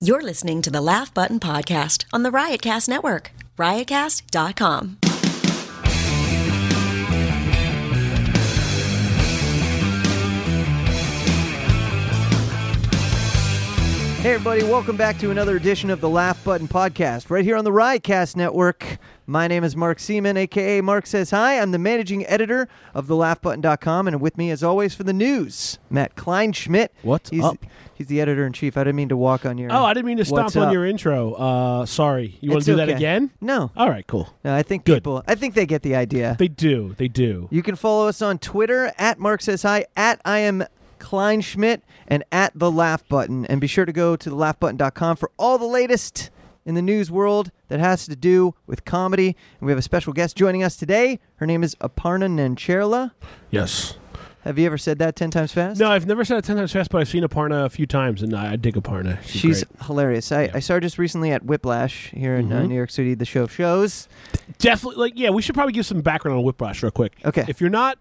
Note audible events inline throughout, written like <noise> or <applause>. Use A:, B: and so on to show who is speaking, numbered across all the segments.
A: You're listening to the Laugh Button Podcast on the Riotcast Network, riotcast.com.
B: Hey, everybody, welcome back to another edition of the Laugh Button Podcast, right here on the Riotcast Network. My name is Mark Seaman, aka Mark Says Hi. I'm the managing editor of thelaughbutton.com, and with me, as always, for the news, Matt Kleinschmidt.
C: What's
B: he's,
C: up?
B: He's the editor in chief. I didn't mean to walk on your.
C: Oh, I didn't mean to stomp
B: What's
C: on
B: up?
C: your intro. Uh, sorry. You want
B: It's
C: to do that
B: okay.
C: again?
B: No.
C: All right, cool.
B: No, I think
C: Good.
B: people. I think they get the idea.
C: They do. They do.
B: You can follow us on Twitter at Mark Says Hi, at I am Kleinschmidt, and at the Laugh Button. And be sure to go to thelaughbutton.com for all the latest in the news world that has to do with comedy. And we have a special guest joining us today. Her name is Aparna Nancherla.
C: Yes.
B: Have you ever said that 10 times fast?
C: No, I've never said it 10 times fast, but I've seen Aparna a few times, and I, I dig Aparna. She's,
B: She's
C: great. Mm-hmm.
B: hilarious. I, I saw her just recently at Whiplash here in uh, New York City, the show of shows.
C: definitely, like, yeah, we should probably give some background on Whiplash real quick.
B: Okay.
C: If you're not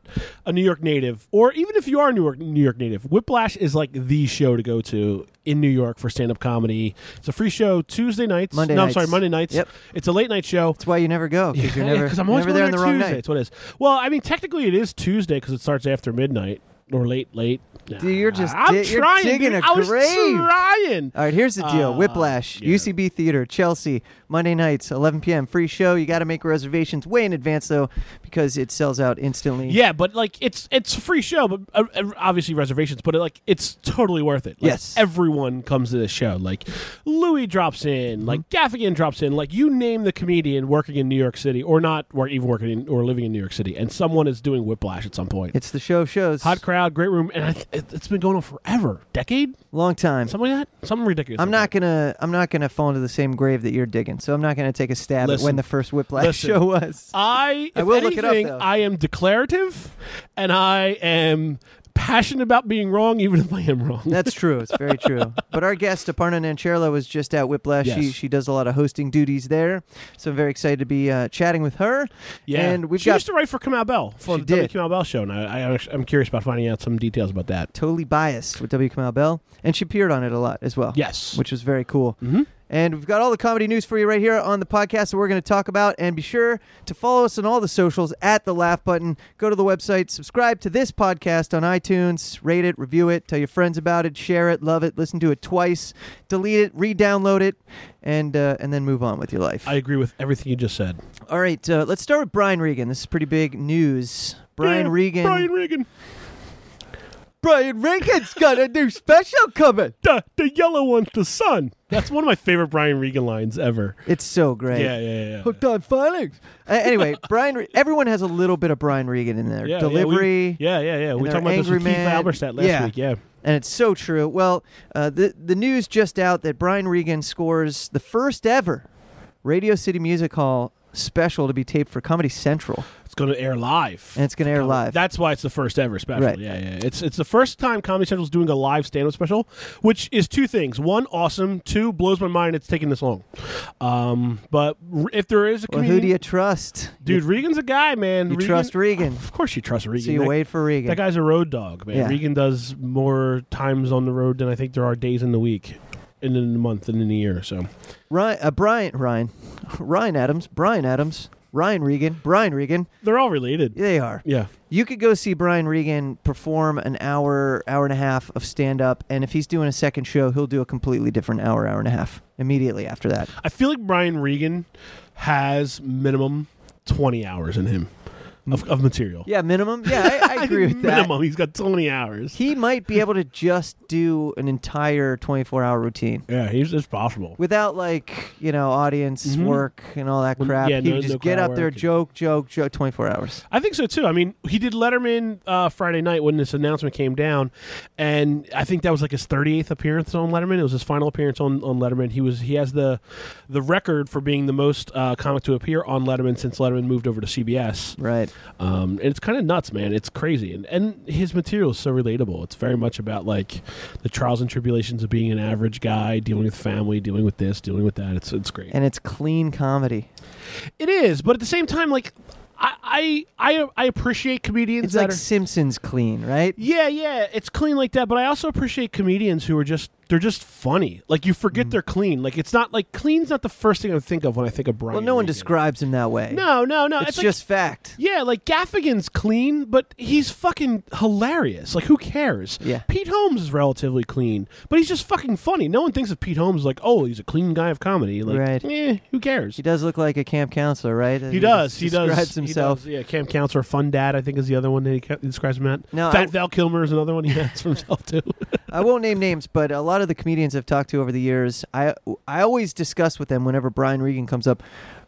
C: a New York native, or even if you are a New York, New York native, Whiplash is like the show to go to in New York for stand up comedy. It's a free show Tuesday nights.
B: Monday
C: no,
B: nights.
C: I'm sorry, Monday nights.
B: Yep.
C: It's a late night show.
B: That's why you never go, because you're
C: Yeah,
B: never,
C: I'm always
B: never there on the
C: going on
B: wrong
C: Tuesday.
B: night.
C: That's what it is. Well, I mean, technically it is Tuesday because it starts after midnight or late, late.
B: Dude, you're just
C: I'm
B: dig- you're
C: trying,
B: digging
C: dude.
B: a
C: I was
B: grave.
C: trying.
B: All right, here's the deal.
C: Uh,
B: Whiplash,
C: yeah.
B: UCB Theater, Chelsea, Monday nights, 11 p.m. Free show. You got to make reservations way in advance though, because it sells out instantly.
C: Yeah, but like it's it's a free show, but uh, uh, obviously reservations. But like it's totally worth it. Like,
B: Yes.
C: everyone comes to this show. Like Louis drops in,
B: Mm-hmm.
C: like Gaffigan drops in, like you name the comedian working in New York City or not, or even working in, or living in New York City, and someone is doing Whiplash at some point.
B: It's the show of shows.
C: Hot crowd, great room, and I th- it- it's been going on forever, decade,
B: Long time.
C: something like that, something ridiculous.
B: I'm
C: like
B: not
C: that.
B: gonna. I'm not gonna fall into the same grave that you're digging. So I'm not gonna take a stab at when
C: Listen.
B: the first Whiplash
C: Listen. Ah.
B: show
C: <laughs>
B: was.
C: I,
B: I
C: if
B: will look
C: anything,
B: it up, though.
C: I am declarative, and I am passionate about being wrong, even if I am wrong.
B: That's true. It's very true. But our guest, Aparna Nancherla, was just at Whiplash. She
C: Yes.
B: she does a lot of hosting duties there. So I'm very excited to be uh, chatting with her.
C: Yeah,
B: And we've
C: she
B: got
C: used to write for Kamal Bell for
B: She
C: the W.
B: did.
C: Kamal Bell show, and I, I, I'm curious about finding out some details about that.
B: totally biased with W. Kamau Bell, and she appeared on it a lot as well.
C: Yes,
B: which was very cool.
C: mm-hmm.
B: And we've got all the comedy news for you right here on the podcast that we're going to talk about. And be sure to follow us on all the socials at the Laugh Button. Go to the website, subscribe to this podcast on iTunes, rate it, review it, tell your friends about it, share it, love it, listen to it twice, delete it, re-download it, and uh, and then move on with your life.
C: I agree with everything you just said.
B: all right, uh, let's start with Brian Regan. This is pretty big news. Brian
C: Yeah,
B: Regan.
C: Brian Regan,
B: Brian Regan's got a new special coming.
C: the, the yellow one's the sun. That's one of my favorite Brian Regan lines ever.
B: It's so great.
C: Yeah, yeah, yeah.
B: hooked on phonics. Uh,
C: <laughs>
B: anyway, Brian. Re- everyone has a little bit of Brian Regan in their
C: Yeah,
B: delivery,
C: Yeah, we, yeah, yeah, yeah. We
B: their
C: talked about this with
B: angry
C: Keith
B: man.
C: Alberstadt last
B: Yeah.
C: week. Yeah,
B: and it's so true. Well, uh, the the news just out that Brian Regan scores the first ever Radio City Music Hall special to be taped for Comedy Central,
C: it's going to air live.
B: and it's going to air
C: Com-
B: live.
C: That's why it's the first ever special.
B: Right.
C: Yeah, yeah. It's it's the first time Comedy Central's doing a live stand-up special, which is two things: one, awesome; two, blows my mind it's taken this long. Um, but r- if there is a
B: well, who do
C: comedian,
B: you trust,
C: dude, Regan's a guy, man.
B: You, you trust Regan,
C: Of course, you trust Regan.
B: so you
C: That-
B: wait for Regan.
C: That guy's a road dog, man.
B: Yeah.
C: Regan does more times on the road than I think there are days in the week, and in the month, and in the year. So
B: Ryan, uh, Brian, Ryan, Ryan Adams, Brian Adams, Ryan Regan, Brian Regan.
C: they're all related.
B: They are.
C: Yeah.
B: You could go see Brian Regan perform an hour, hour and a half of stand up, and if he's doing a second show, he'll do a completely different hour, hour and a half immediately after that.
C: I feel like Brian Regan has minimum twenty hours in him of, of material.
B: Yeah, minimum. Yeah, I,
C: <laughs>
B: I agree with that.
C: minimum, he's got twenty hours.
B: He might be able to just do an entire 24 hour routine
C: Yeah, he's it's possible.
B: without, like, you know, audience
C: Mhm.
B: work and all that
C: When-
B: crap.
C: yeah,
B: he
C: no-
B: would just
C: no
B: get
C: crowd
B: up there,
C: work.
B: joke, joke, joke, 24 hours.
C: I think so too. I mean, he did Letterman uh, Friday night when this announcement came down, and I think that was like his 38th appearance on Letterman. It was his final appearance on, on Letterman. He was he has the the record for being the most uh, comic to appear on Letterman since Letterman moved over to CBS.
B: Right.
C: Um, and it's kind of nuts, man. It's crazy, and and his material is so relatable. It's very much about like the trials and tribulations of being an average guy, dealing with family, dealing with this, dealing with that. It's it's great.
B: And it's clean comedy.
C: It is, but at the same time, like I I I, I appreciate comedians
B: It's
C: that
B: like
C: are.
B: Simpsons clean, right?
C: yeah, yeah, it's clean like that, but I also appreciate comedians who are just they're just funny. Like you
B: Mm.
C: forget they're clean. Like it's not like clean's not the first thing I think of when I think of Brian.
B: Well, no one
C: Regan.
B: describes him that way.
C: No, no, no.
B: it's,
C: like-
B: just fact.
C: yeah, like Gaffigan's clean, but he's fucking hilarious. Like, who cares?
B: Yeah.
C: Pete Holmes is relatively clean, but he's just fucking funny. No one thinks of Pete Holmes like, oh, he's a clean guy of comedy. Like,
B: Right.
C: eh, who cares?
B: He does look like a camp counselor, right?
C: He does. He does.
B: Describes
C: he
B: himself.
C: does, yeah, Camp Counselor, Fun Dad, I think is the other one that he ca- describes him at.
B: No,
C: Fat
B: I-
C: Val Kilmer is
B: <laughs>
C: another one he has for himself too.
B: I won't name names, but a lot of the comedians I've talked to over the years, I I always discuss with them whenever Brian Regan comes up,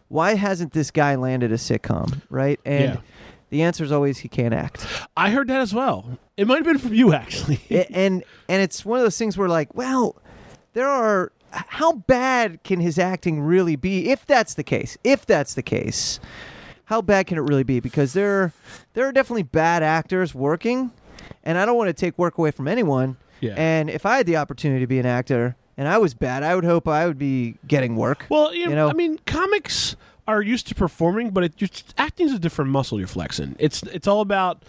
B: why hasn't this guy landed a sitcom, right? And
C: Yeah.
B: the answer is always he can't act.
C: I heard that as well. It might have been from
B: <laughs>
C: you actually.
B: A- and and it's one of those things where like, well, there are how bad can his acting really be if that's the case? If that's the case, how bad can it really be? Because there there are definitely bad actors working, and I don't want to take work away from anyone.
C: Yeah.
B: And if I had the opportunity to be an actor and I was bad, I would hope I would be getting work.
C: Well, you know,
B: You know?
C: I mean, comics are used to performing, but it, it's, acting's a different muscle you're flexing. It's it's all about.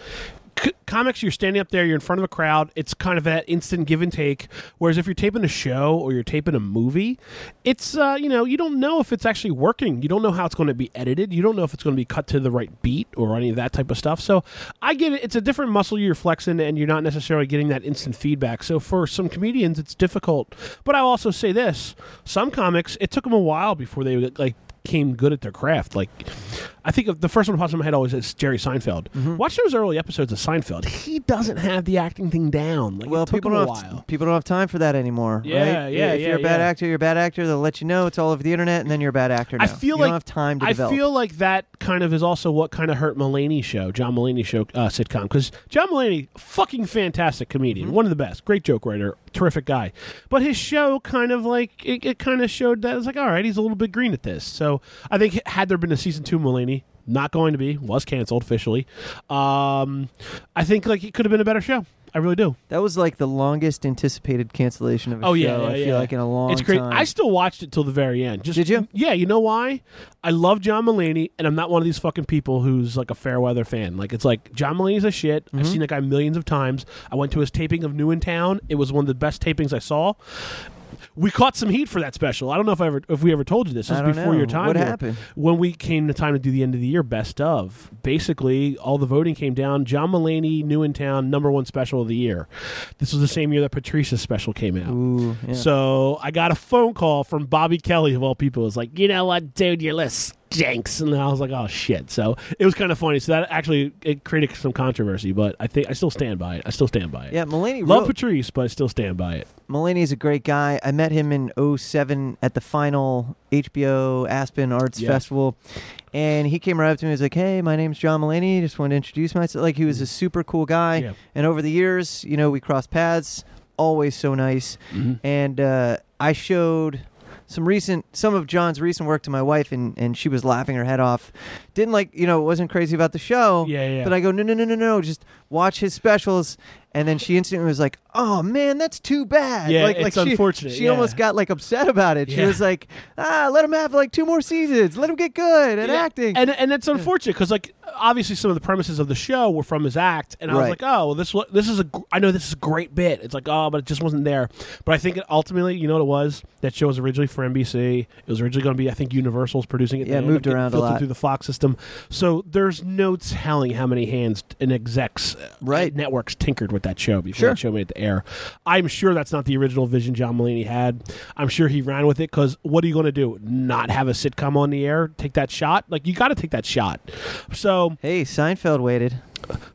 C: C- comics, you're standing up there, you're in front of a crowd. It's kind of that instant give and take. Whereas if you're taping a show or you're taping a movie, it's uh, you know you don't know if it's actually working. You don't know how it's going to be edited. You don't know if it's going to be cut to the right beat or any of that type of stuff. So I get it. It's a different muscle you're flexing, and you're not necessarily getting that instant feedback. So for some comedians, it's difficult. But I'll also say this: some comics, it took them a while before they like came good at their craft. Like, I think of the first one that pops in my head always is Jerry Seinfeld.
B: Mm-hmm.
C: Watch those early episodes of Seinfeld. He doesn't have the acting thing down. Like,
B: Well,
C: it took
B: people
C: him
B: don't
C: a
B: have
C: while.
B: people don't have time for that anymore.
C: Yeah,
B: right?
C: yeah,
B: If
C: yeah,
B: you're a bad
C: yeah.
B: actor, you're a bad actor. They'll let you know. It's all over the internet, and then you're a bad actor. Now.
C: I feel
B: you
C: like
B: don't have time to
C: I
B: develop.
C: feel like that kind of is also what kind of hurt Mulaney show, John Mulaney show uh, sitcom, because John Mulaney, fucking fantastic comedian,
B: Mm-hmm.
C: one of the best, great joke writer, terrific guy, but his show kind of like it, it kind of showed that it's like all right, he's a little bit green at this. So I think had there been a season two Mulaney. Not going to be was canceled officially. Um, I think like it could have been a better show. I really do.
B: That was like the longest anticipated cancellation of a show.
C: Oh yeah, yeah,
B: I feel
C: yeah.
B: like in a long
C: It's crazy.
B: time.
C: I still watched it till the very end. Just,
B: Did you?
C: Yeah. You know why? I love John Mulaney, and I'm not one of these fucking people who's like a fair weather fan. Like it's like John Mulaney's a shit.
B: Mm-hmm.
C: I've seen that guy millions of times. I went to his taping of New in Town. It was one of the best tapings I saw. We caught some heat for that special. I don't know if I ever if we ever told you this. This
B: I
C: was
B: don't
C: before
B: know.
C: your time.
B: What
C: here.
B: happened?
C: When we came to time to do the end of the year best of, basically all the voting came down. John Mulaney, New in Town, number one special of the year. This was the same year that Patrice's special came out.
B: Ooh, yeah.
C: Oh. So I got a phone call from Bobby Kelly of all people. It was like, you know what, dude, your list stinks, and I was like, oh shit. So it was kind of funny. So that actually it created some controversy, but I think I still stand by it. I still stand by it.
B: yeah, Mulaney
C: Love
B: wrote.
C: Patrice, but I still stand by it.
B: Mulaney's a great guy. I met him in 07 at the final HBO Aspen Arts
C: Yeah.
B: Festival. And he came right up to me. He was like, "Hey, my name's John Mulaney. Just wanted to introduce myself." Like he was a super cool guy.
C: Yeah.
B: And over the years, you know, we crossed paths. Always so nice.
C: Mm-hmm.
B: And uh, I showed some recent, some of John's recent work to my wife, and and she was laughing her head off. Didn't like, you know, wasn't crazy about the show.
C: Yeah, yeah.
B: oh, But I go, no, no, no, no, no. Just watch his specials. And then she instantly was like, "Oh man, that's too bad."
C: Yeah,
B: like,
C: it's
B: like she-
C: unfortunate,
B: She
C: yeah.
B: almost got like upset about it. She
C: Yeah.
B: was like, "Ah, let him have like two more seasons. Let him get good at
C: Yeah,
B: acting."
C: and and that's unfortunate because like obviously some of the premises of the show were from his act, and I was
B: Right.
C: like, oh, well, this wa- this is a gr- I know this is a great bit. It's like oh, but it just wasn't there. But I think it ultimately, you know what it was? That show was originally for NBC. It was originally going to be I think Universal's producing it.
B: Yeah, it
C: They ended
B: moved
C: up getting
B: around a
C: filtered
B: lot.
C: through the Fox system. So there's no telling how many hands and execs uh,
B: Right.
C: networks tinkered with that show before
B: Sure.
C: that show made it to air. I'm sure that's not the original vision John Mulaney had. I'm sure he ran with it because what are you going to do? Not have a sitcom on the air? Take that shot? Like you got to take that shot. So
B: hey, Seinfeld waited.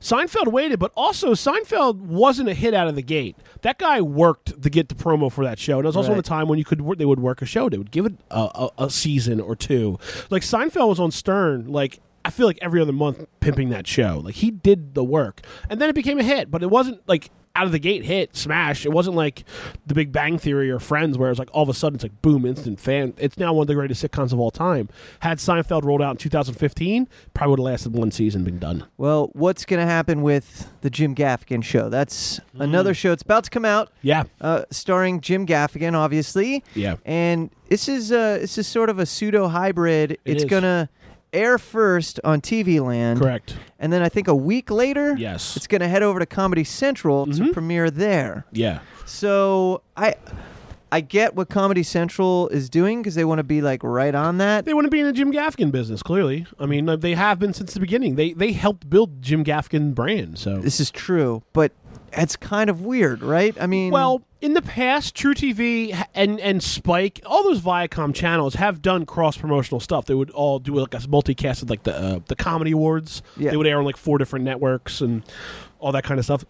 C: Seinfeld waited, but also Seinfeld wasn't a hit out of the gate. That guy worked to get the promo for that show, and it was also in
B: Right.
C: the time when you could wor- they would work a show, they would give it a, a, a season or two. Like Seinfeld was on Stern, like. I feel like every other month pimping that show. Like he did the work. And then it became a hit, but it wasn't like out of the gate hit, smash. It wasn't like The Big Bang Theory or Friends, where it's like all of a sudden it's like boom, instant fan. It's now one of the greatest sitcoms of all time. Had Seinfeld rolled out in 2015, probably would have lasted one season, and been done.
B: Well, what's going to happen with the Jim Gaffigan show? That's
C: Hmm.
B: another show. It's about to come out,
C: Yeah.
B: uh, starring Jim Gaffigan, obviously.
C: Yeah.
B: And this is uh, this is sort of a pseudo hybrid. it's
C: is.
B: gonna air first on TV Land,
C: Correct.
B: And then I think a week later,
C: Yes. Mm-hmm.
B: it's gonna head over to Comedy Central to premiere there.
C: Yeah.
B: So I I get what Comedy Central is doing because they want to be like right on that.
C: They want to be in the Jim Gaffigan business. Clearly, I mean, uh, they have been since the beginning. They they helped build Jim Gaffigan brand. So
B: This is true, but it's kind of weird, right? I mean,
C: Well, in the past, True TV ha- and and Spike, all those Viacom channels have done cross promotional stuff. They would all do like a multicast of like the uh, the comedy awards.
B: Yeah.
C: They would air on like four different networks and all that kind of stuff.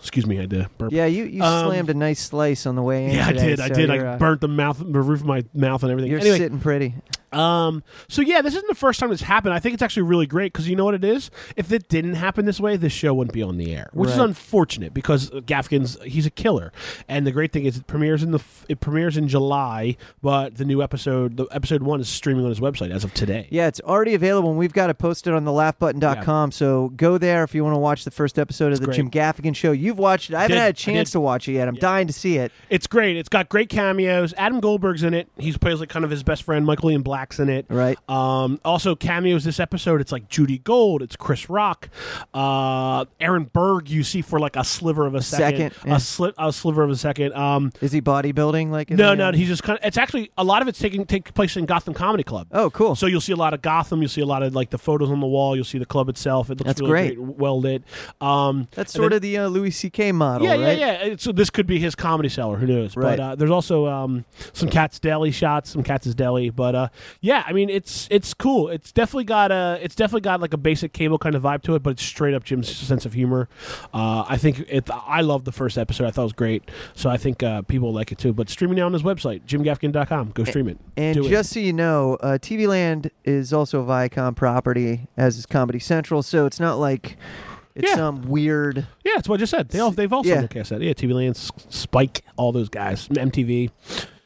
C: Excuse me, I did burp.
B: yeah, you, you
C: Um,
B: slammed a nice slice on the way in.
C: Yeah, I
B: today,
C: did. I
B: so
C: did.
B: you're,
C: I
B: uh,
C: burnt the mouth, the roof of my mouth, and everything.
B: You're
C: anyway,
B: sitting pretty.
C: um, so yeah, this isn't the first time this happened. I think it's actually really great because you know what it is. If it didn't happen this way, this show wouldn't be on the air, which is
B: Right.
C: unfortunate because Gaffigan's he's a killer. And the great thing is, it premieres in the f- it premieres in July, but the new episode, the episode one, is streaming on his website as of today.
B: Yeah, it's already available, and we've got it posted on the laughbutton.com. So go there if you want to watch the first episode of the
C: great.
B: Jim Gaffigan show. You've watched it. I haven't
C: Did.
B: had a
C: I
B: chance
C: did.
B: to watch it yet. I'm dying to see it.
C: It's great. It's got great cameos. Adam Goldberg's in it. He's plays like kind of his best friend. Michael Ian Black's in it.
B: Right.
C: Um, also cameos this episode. It's like Judy Gold. It's Chris Rock. Uh, Aaron Berg. You see for like a sliver of a second.
B: Second, yeah.
C: A, sli- a sliver of a second. Um,
B: Is he bodybuilding? Like in
C: no,
B: the- uh,
C: no. He's just kind of. It's actually a lot of it's taking take place in Gotham Comedy Club.
B: Oh, cool.
C: So you'll see a lot of Gotham. You'll see a lot of like the photos on the wall. You'll see the club itself. It looks
B: That's
C: really
B: great.
C: well lit. Um,
B: That's
C: and then-
B: sort of the uh, Louis C.K. model,
C: yeah,
B: right?
C: yeah, yeah. So this could be his comedy seller. Who knows?
B: Right.
C: But uh, there's also um, some Cat's Deli shots, some Cat's Deli. But uh, yeah, I mean, it's it's cool. It's definitely got a it's definitely got like a basic cable kind of vibe to it, but it's straight up Jim's sense of humor. Uh, I think it. I loved the first episode. I thought it was great. So I think uh, people like it too. But streaming now on his website, jimgaffigan.com.
B: Eh.
C: Go stream it.
B: And
C: Do it.
B: just so you know, uh, TV Land is also a Viacom property, as is Comedy Central. So it's not like it's
C: Yeah.
B: some weird.
C: yeah, that's what I just said. They all, they've also
B: Yeah.
C: broadcast that. Yeah, TV Land, S- Spike, all those guys, MTV,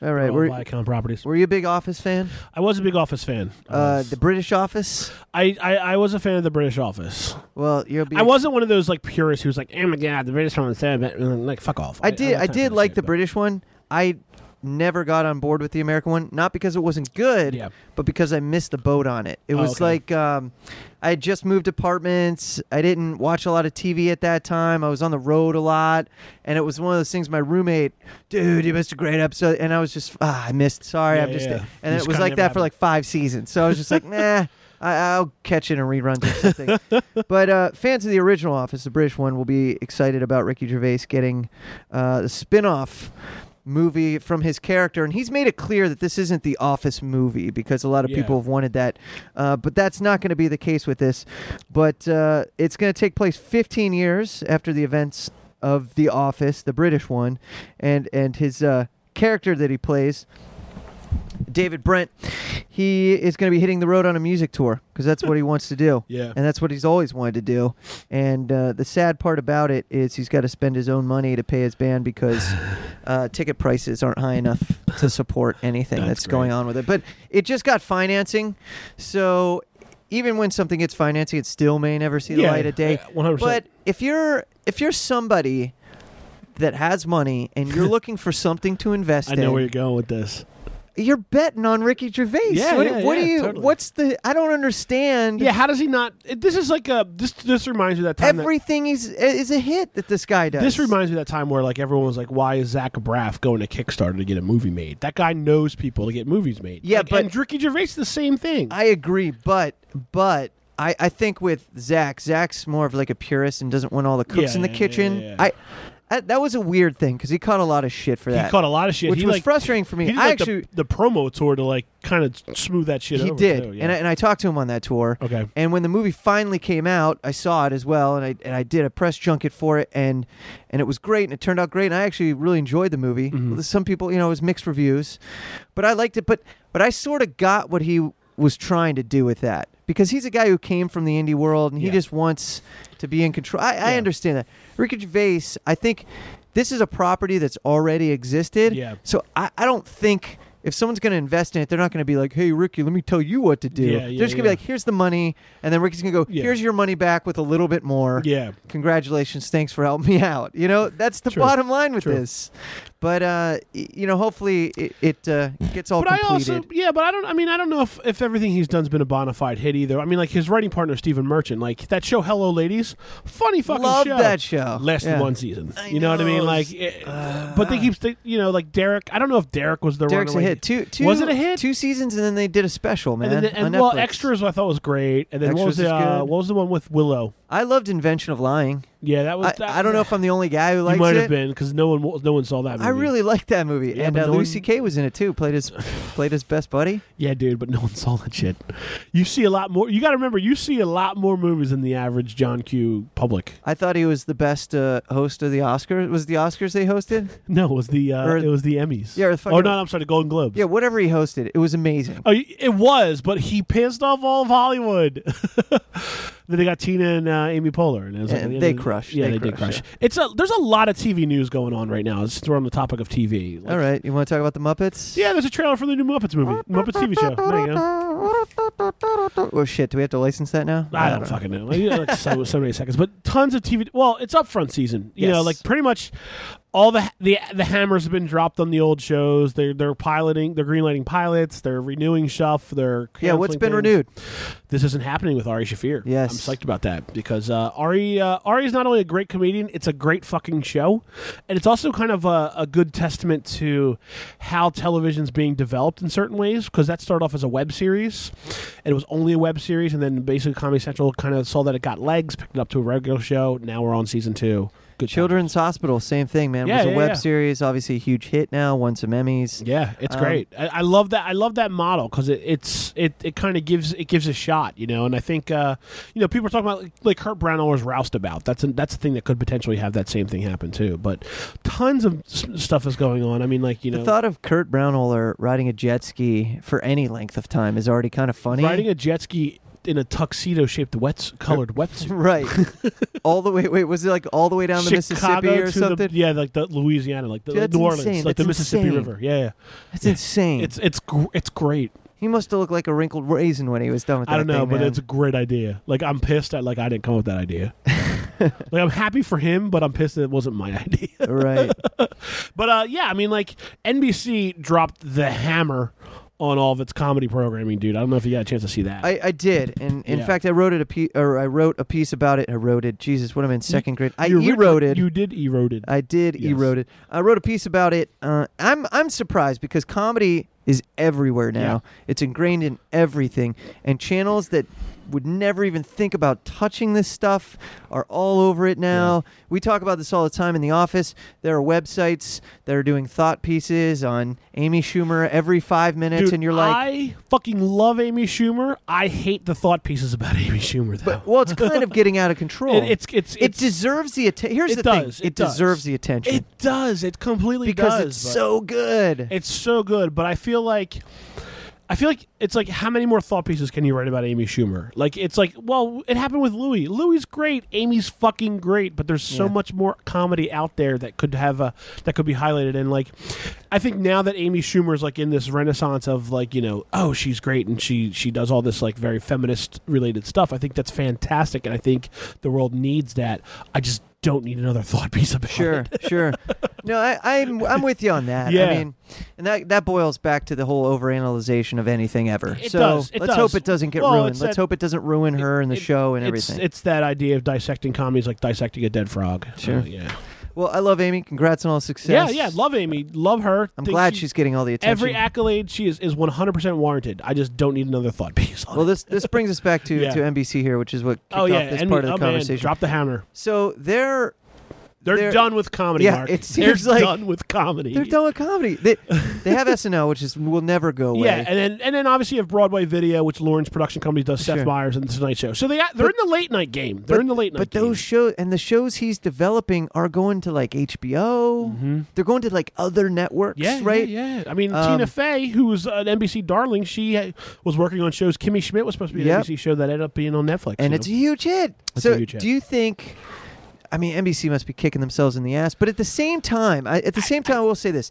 B: All right,
C: all
B: were,
C: Oh, Viacom properties.
B: were you a big Office fan?
C: I was a big Office fan. I
B: Uh,
C: was.
B: the British Office.
C: I, I, I was a fan of the British Office.
B: Well, you'll be.
C: I wasn't one of those like purists who's like, oh my god, the British one said, but uh, like fuck off.
B: I did.
C: I'm not
B: I
C: trying to
B: did like
C: understand
B: the
C: that.
B: British one. I never got on board with the American one, not because it wasn't good,
C: Yeah.
B: but because I missed the boat on it. It
C: Oh,
B: was
C: okay.
B: like um, I had just moved apartments. I didn't watch a lot of TV at that time. I was on the road a lot, and it was one of those things. My roommate, dude, you missed a great episode, and I was just, ah, I missed. Sorry,
C: Yeah,
B: I'm
C: yeah,
B: just.
C: yeah. You
B: And
C: just
B: it was
C: kinda
B: like
C: never
B: that
C: had
B: for
C: that.
B: like five seasons. So I was just like, <laughs> nah. I, I'll catch it and rerun or
C: <laughs>
B: something. but uh, fans of the original Office, the British one, will be excited about Ricky Gervais getting uh, the spin-off movie from his character, and he's made it clear that this isn't the Office movie because a lot of
C: Yeah.
B: people have wanted that, uh, but that's not going to be the case with this. But uh, it's going to take place 15 years after the events of the Office, the British one, and and his uh, character that he plays. David Brent, he is going to be hitting the road on a music tour because that's what he wants to do.
C: <laughs> Yeah.
B: And that's what he's always wanted to do. And uh, the sad part about it is he's got to spend his own money to pay his band
C: <laughs>
B: because uh, ticket prices aren't high enough to support anything that's,
C: That's
B: going
C: great.
B: on with it. But it just got financing. So even when something gets financing, it still may never see the
C: Yeah,
B: light of day.
C: yeah, 100%.
B: But if you're if you're somebody that has money and
C: <laughs>
B: you're looking for something to invest
C: I
B: in
C: know where you're going with this.
B: you're betting on Ricky Gervais.
C: Yeah,
B: what
C: yeah,
B: what
C: yeah,
B: do you?
C: totally.
B: What's the? I don't understand.
C: Yeah, how does he not? it- This is like a this. This reminds me of that time. that-
B: everything is is a hit that this guy does.
C: this reminds me of that time where like everyone was like, "Why is Zach Braff going to Kickstarter to get a movie made?" That guy knows people to get movies made.
B: Yeah,
C: Like,
B: but-
C: and Ricky Gervais is the same thing.
B: I agree, but but I I think with Zach, Zach's more of like a purist and doesn't want all the cooks
C: Yeah,
B: in the
C: yeah, yeah,
B: kitchen.
C: yeah.
B: I, I that was a weird thing because he caught a lot of shit for
C: he
B: that.
C: caught a lot of shit,
B: which
C: He,
B: was
C: like-
B: frustrating for me.
C: He did,
B: I
C: like, the-
B: actually-
C: the, promo tour to like kind of smooth that shit.
B: He
C: over,
B: did,
C: too, yeah.
B: and I, and I talked to him on that tour.
C: Okay.
B: And when the movie finally came out, I saw it as well, and I and I did a press junket for it, and and it was great, and it turned out great, and I actually really enjoyed the movie.
C: Mm-hmm.
B: Some people, you know, it was mixed reviews, but I liked it. But but I sort of got what he was trying to do with that because he's a guy who came from the indie world, and he
C: Yeah.
B: just wants to be in control. I, I
C: Yeah.
B: understand that. Ricky Gervais, I think. This is a property that's already existed.
C: Yeah.
B: So I, I don't think if someone's going to invest in it, they're not going to be like, "Hey, Ricky, let me tell you what to do."
C: Yeah,
B: they're
C: yeah,
B: just gonna be
C: yeah.
B: like, "Here's the money," and then Ricky's gonna go,
C: Yeah.
B: "Here's your money back with a little bit more."
C: yeah.
B: Congratulations, thanks for helping me out. You know, that's the
C: True.
B: bottom line with
C: True.
B: this. But uh, y- you know, hopefully it, it uh, gets all
C: But I
B: completed.
C: also, yeah, but I don't. I mean, I don't know if, if everything he's done's been a bona fide hit either. I mean, like his writing partner Stephen Merchant, like that show Hello Ladies, funny fucking
B: Love
C: show.
B: that show.
C: Lasted
B: Yeah.
C: one season. you know, what I mean?
B: know.
C: Like, it- but they keep, th- you know, like Derek. I don't know if Derek was the
B: Derek's a
C: runaway-
B: hit. Two, two,
C: was it a hit?
B: Two seasons, and then they did a special, man.
C: and, then,
B: on
C: and well,
B: Netflix.
C: extras I thought was great. And then what was
B: Extras is
C: the uh,
B: good.
C: what was the one with Willow?
B: I loved Invention of Lying.
C: Yeah, that was.
B: I,
C: that,
B: I don't know if I'm the only guy who likes
C: you might
B: it.
C: have been because no one wa- no one saw that. Movie.
B: I really liked that movie,
C: Yeah,
B: and
C: but
B: uh,
C: no one-
B: Lucy Kay was in it too. Played
C: <sighs>
B: his played his best buddy.
C: yeah, dude, but no one <laughs> saw that shit. You see a lot more. You got to remember, you see a lot more movies than the average John Q public.
B: I thought he was the best uh, host of the Oscars. Was it the Oscars they
C: <laughs>
B: hosted?
C: No, it was the uh,
B: Or-
C: it was the Emmys.
B: Yeah, or the
C: oh
B: fucking-
C: no, I'm sorry, the Golden Globes.
B: Yeah, whatever he hosted, it was amazing.
C: Oh, it was, but he pissed off all of Hollywood. <laughs> then they got Tina and uh, Amy Poehler, and it was like,
B: And they crushed.
C: Yeah,
B: They
C: they, did
B: crushed,
C: crush. It's a there's a lot of TV news going on right now. Since we're on the topic of TV, Like,
B: All right, you want to talk about the Muppets?
C: Yeah, there's a trailer for the new Muppets <laughs> movie, Muppets TV show. There you go.
B: Oh shit, do we have to license that now?
C: I don't fucking know. Like, you know, like so, so many seconds, but tons of TV. Well, it's upfront season. You know,
B: Yes.
C: like pretty much all the the the hammers have been dropped on the old shows. They're they're piloting, they're greenlighting pilots. They're renewing stuff. They're
B: Yeah, what's
C: canceling
B: been
C: things.
B: renewed?
C: This isn't happening with Ari Shafir.
B: Yes.
C: I'm psyched about that because uh, Ari uh, Ari is not only a great comedian, it's a great fucking show, and it's also kind of a, a good testament to how television's being developed in certain ways. Because that started off as a web series, and it was only a web series, and then basically Comedy Central kind of saw that it got legs, picked it up to a regular show. Now we're on season two. Good time.
B: Children's Hospital, same thing, man.
C: Yeah,
B: it was a
C: yeah,
B: web
C: yeah.
B: series, obviously a huge hit now, won some Emmys.
C: Yeah, it's
B: Um,
C: great. I, I love that. I love that model because it, it's it, it kind of gives it gives a shot, you know. And I think uh, you know people are talking about like, like Kurt Brownell was roused about. That's a, that's the thing that could potentially have that same thing happen too. But tons of s- stuff is going on. I mean, like you
B: The
C: know,
B: thought of Kurt Brownoller riding a jet ski for any length of time is already kind of funny.
C: riding a jet ski in a tuxedo shaped wet colored wetsuit. <laughs>
B: right. all the way. Wait, was it like all the way down the
C: Chicago
B: Mississippi or
C: to
B: something?
C: The, yeah, like the Louisiana, like the
B: Dude, that's
C: New Orleans,
B: insane.
C: like the
B: That's
C: Mississippi
B: insane. Hmm.
C: River. Yeah, yeah.
B: That's insane.
C: It's it's gr- it's great.
B: he must have looked like a wrinkled raisin when he was done with that.
C: I don't know,
B: thing,
C: but
B: man.
C: it's a great idea. Like I'm pissed at like I didn't come up with that idea. like I'm happy for him, but I'm pissed that it wasn't my <laughs> idea.
B: <laughs> right.
C: But uh, yeah, I mean, like NBC dropped the hammer on all of its comedy programming, dude. I don't know if you got a chance to see that.
B: I, I did, and in
C: Yeah.
B: fact, I wrote it a piece, or I wrote a piece about it. Eroded. Jesus, what am I in second grade? I
C: You writ-
B: eroded.
C: You did eroded.
B: I did
C: Yes.
B: erode it. I wrote a piece about it. Uh, I'm I'm surprised because comedy is everywhere now. It's ingrained in everything, and channels that would never even think about touching this stuff are all over it now. We talk about this all the time in the office. There are websites that are doing thought pieces on Amy Schumer every five minutes,
C: Dude,
B: and you're like,
C: I fucking love Amy Schumer. I hate the thought pieces about <laughs> Amy Schumer, though.
B: <laughs> well, it's kind of getting out of control.
C: It- it's- it's-
B: it
C: it's-
B: deserves the attention. Here's
C: it
B: the
C: does.
B: thing: it,
C: it does.
B: deserves the attention
C: It does. It completely
B: because
C: does.
B: it's
C: but-
B: so good.
C: It's so good, but I feel like I feel like it's like how many more thought pieces can you write about Amy Schumer? Like it's like, well, it happened with Louis. Louis great, Amy's fucking great, but there's so
B: Yeah.
C: much more comedy out there that could have a that could be highlighted and like I think now that Amy Schumer's like in this renaissance of like, you know, oh, she's great and she she does all this like very feminist related stuff. I think that's fantastic and I think the world needs that. I just don't need another thought piece about <laughs> it.
B: Sure, sure. No, I, I'm I'm with you on that.
C: Yeah.
B: I mean, and that that boils back to the whole overanalyzation of anything ever.
C: It
B: so
C: does, it
B: let's
C: does.
B: hope it doesn't get
C: Well,
B: ruined.
C: it's
B: Let's
C: that-
B: hope it doesn't ruin her and the
C: it-
B: show and
C: it's,
B: everything.
C: It's that idea of dissecting comedies like dissecting a dead frog.
B: Sure.
C: Uh, yeah.
B: well, I love Amy. Congrats on all
C: Yeah,
B: success.
C: yeah. Love Amy. Love her.
B: I'm
C: Think
B: glad
C: she-
B: she's getting all the attention.
C: every accolade she is is 100% warranted. I just don't need another thought piece on
B: well,
C: it.
B: this this brings us back to,
C: <laughs> Yeah.
B: to NBC here, which is what kicked
C: Oh yeah,
B: off this
C: and
B: part of
C: oh,
B: the
C: man,
B: conversation.
C: drop the hammer.
B: So they're
C: They're,
B: They're-
C: done with comedy.
B: yeah,
C: Mark.
B: it seems
C: they're
B: like-
C: done with comedy.
B: they're done with comedy. They they have SNL, which is will never go away.
C: <laughs> Yeah, and then and then obviously you have Broadway Video, which Lawrence Production Company does
B: Sure.
C: Seth Meyers and the Tonight Show. So they got- they're in the late night game. They're
B: But-
C: in the late night.
B: But
C: game.
B: those shows and the shows he's developing are going to like HBO. They're going to like other networks,
C: Mm-hmm. Yeah, yeah,
B: right?
C: Yeah, I mean,
B: Um,
C: Tina Fey, who's an NBC darling, she uh, was working on shows. Kimmy Schmidt was supposed to be an
B: Yep.
C: NBC show that ended up being on Netflix.
B: And
C: you
B: it's a
C: know?
B: huge hit.
C: It's
B: so
C: a huge hit.
B: do you think I mean NBC must be kicking themselves in the ass, but at the same time, I, at the same time I will say this.